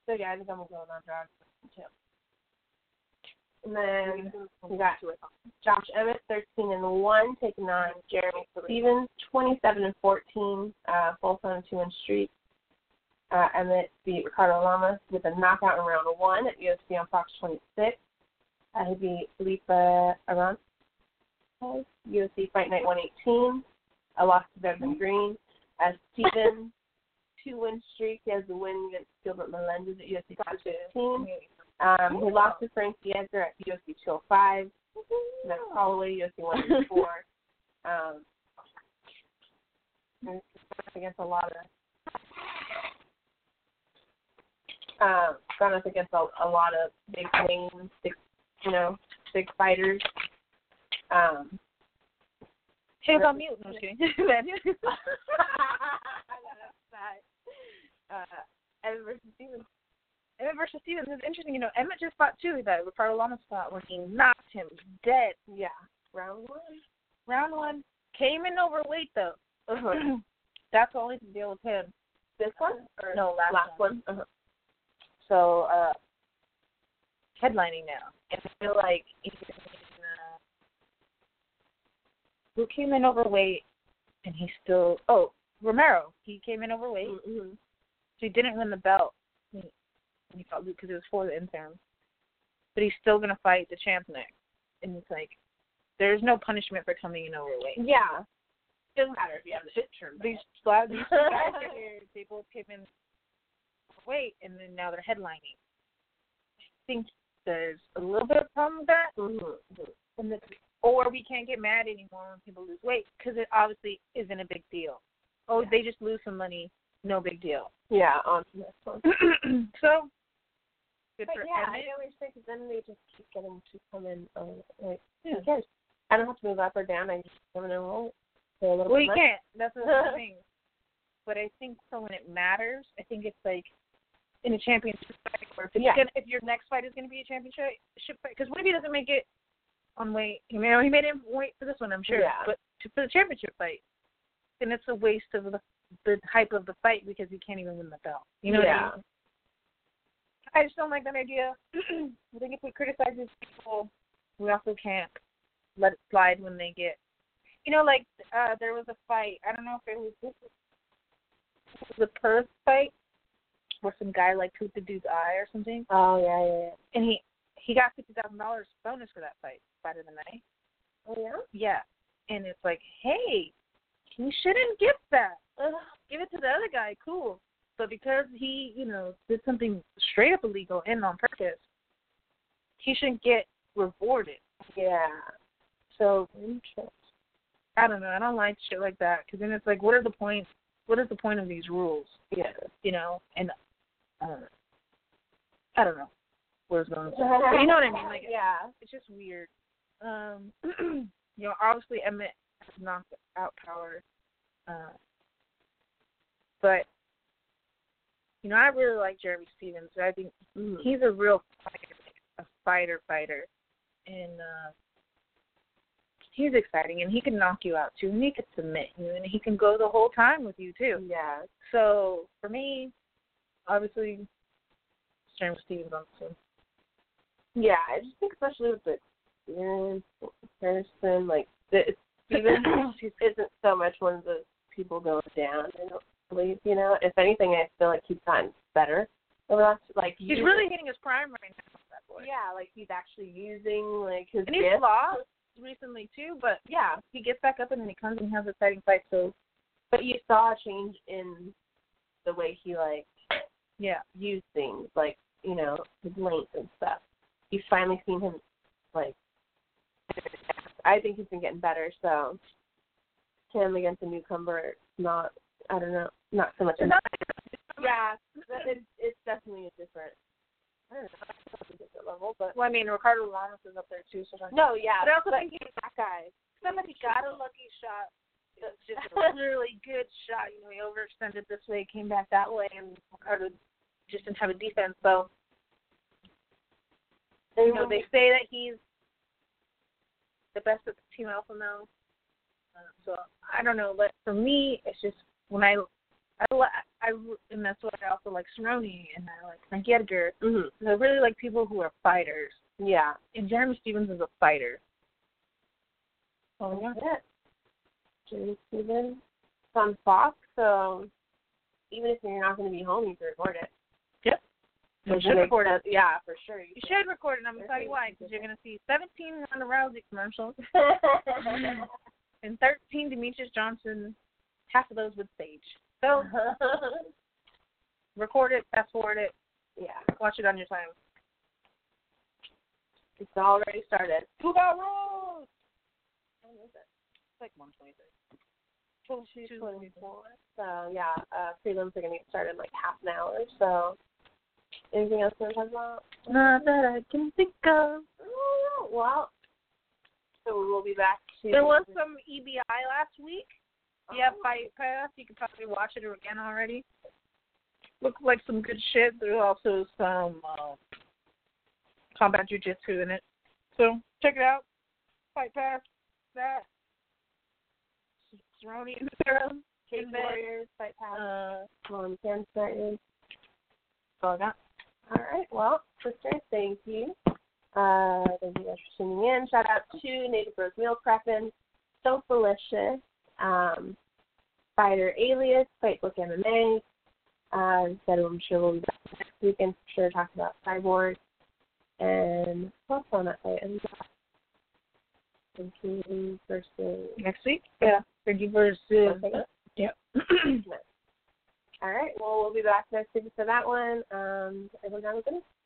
So yeah, I think I'm gonna go with Andrade too. And then we got Josh Emmett, 13 and 1, taking on Jeremy Stevens, 27 and 14, uh, both on 2 and Street. Uh, Emmett beat Ricardo Lamas with a knockout in round 1 at UFC on Fox 26. Uh, he beat Felipe Aron, UFC Fight Night 118, a loss to Devin Green. Uh, Stevens, 2 win streak, he has a win against Gilbert Melendez at UFC 215. Um, he lost to Frank Diazger at UFC 205. Matt Holloway, UFC 104. um, and he's gone up against a lot of. Um, gone up against a, a lot of big names, big, you know, big fighters. Um, She was on mute. No, I'm just kidding. [laughs] uh, Evan versus Stevens. Emmett versus Stevens is interesting. You know, Emmett just fought too. That Ricardo Lamas fought where he knocked him dead. Yeah, round one. Round one came in overweight though. Uh-huh. That's always the deal with him. This one or No, last, last one? Uh-huh. So uh, headlining now, and I feel like he's in, uh, who came in overweight, and he still oh Romero. He came in overweight. Mm-hmm. So he didn't win the belt when when he fought Luke because it was for the interim. But he's still gonna fight the champ next, and it's like there's no punishment for coming in overweight. Yeah. Doesn't matter if you have the interim. These flat these [laughs] two guys right here, they both came in overweight, and then now they're headlining. I think there's a little bit of problem with that, Mm-hmm. and it's, or we can't get mad anymore when people lose weight because it obviously isn't a big deal. Oh, they just [clears throat] lose some money, no big deal. Yeah, on to this one. so good But for yeah, I Emmett. know what you're saying 'cause then they just keep getting to come in. Um, like, Yeah. who cares? I don't have to move up or down. I just come in and roll. Pay a little Well, bit you less. can't. That's the [laughs] whole thing. But I think so when it matters, I think it's like in a championship fight, or if it's Yeah. gonna, if your next fight is going to be a championship ship fight, because what if he doesn't make it on weight? You know, he made him wait for this one, I'm sure, Yeah. but to, for the championship fight, then it's a waste of the the hype of the fight because he can't even win the belt. You know yeah. what I mean? I just don't like that idea. [clears throat] I think if we criticize these people, we also can't let it slide when they get. You know, like uh there was a fight. I don't know if it was this was the Perth fight, where some guy like took the dude's eye or something, Oh yeah, yeah, yeah. and he he got fifty thousand dollars bonus for that fight, fight of the night. Oh yeah. Yeah, and it's like, hey, he shouldn't get that. Ugh, give it to the other guy, cool. But because he, you know, did something straight up illegal and on purpose, he shouldn't get rewarded. Yeah. So Interesting. I don't know. I don't like shit like that because then it's like, what are the points? What is the point of these rules? Yeah. You know, and I don't know. I don't know where it's going. With that. But you know what I mean? Like [laughs] yeah. it's just weird. Um, [clears throat] you know, obviously Emmett has knocked out Power, uh, but you know, I really like Jeremy Stevens. I think he's a real fighter, like, a fighter fighter, and uh, he's exciting. And he can knock you out too, and he can submit you, and he can go the whole time with you too. Yeah. So for me, obviously, Jeremy Stevens on this one. Yeah. I just think especially with the experience person, like the [coughs] Steven isn't so much one of those people going down. I don't believe. You know, if anything, I feel like he's gotten better over the last like He's years. really hitting his prime right now, that boy. Yeah, like he's actually using like his And he's gift. lost recently too, but Yeah, he gets back up and then he comes and has a fighting fight. So but you saw a change in the way he like yeah, used things, like you know his length and stuff. You've finally seen him like. I think he's been getting better. So him against a newcomer, not I don't know, not so much. It's not- yeah, but it's, it's definitely a different. I don't know, it's a different level, but Well, I mean Ricardo Lamas is up there too. So don't- no, yeah, but I also but think he's that guy. somebody got a lucky shot. That's just [laughs] a really good shot. You know, he overextended this way, came back that way, and Ricardo just didn't have a defense. So you know they say that he's the best at the team alpha now. Uh, so I don't know, but for me, it's just when I, I, li- I, and that's why I also like Cerrone and I like Frank Edgar. Mhm. And I really like people who are fighters, mm-hmm, Yeah. and Jeremy Stevens is a fighter. Oh yeah. Jimmy Stevens. It's on Fox, so even if you're not going to be home, you can record it. You Doesn't should make record it. sense. Yeah, for sure. You [laughs] You should record it. and I'm gonna tell you why, because you're gonna see 17 Ronda Rousey commercials and 13 Demetrius Johnson. Half of those with Sage. So record it, fast forward it, yeah, watch it on your time. it's already started. Who got rolls? When is it? It's like one twenty three. Two twenty-four. So yeah, uh, prelims are going to get started in like half an hour. So anything else you want to talk about? Not that I can think of. Oh, well, so we'll be back to There was some EBI last week. Yeah, Oh. Fight Pass. You can probably watch it again already. Looked like some good shit. There's also some uh, combat jujitsu in it. So check it out. Fight Pass. That. Cerrone and Sarah. Cage Warriors fight pass. Uh, Mom, Sam Sutton. so I got. All right. Well, sisters, thank you. Uh, thank you guys for tuning in. Shout out to Native Rose Meal Prepping, So Delicious, um, Fighter Alias, Fightbook MMA. Uh, said I'm sure we'll be back next week and for sure talk about Cyborg and what's on that fight. And Pinky versus. Next week? Yeah. Thank you versus. Okay. Yep. All right. Well, we'll be back next week for that one. Um, everyone have a good one.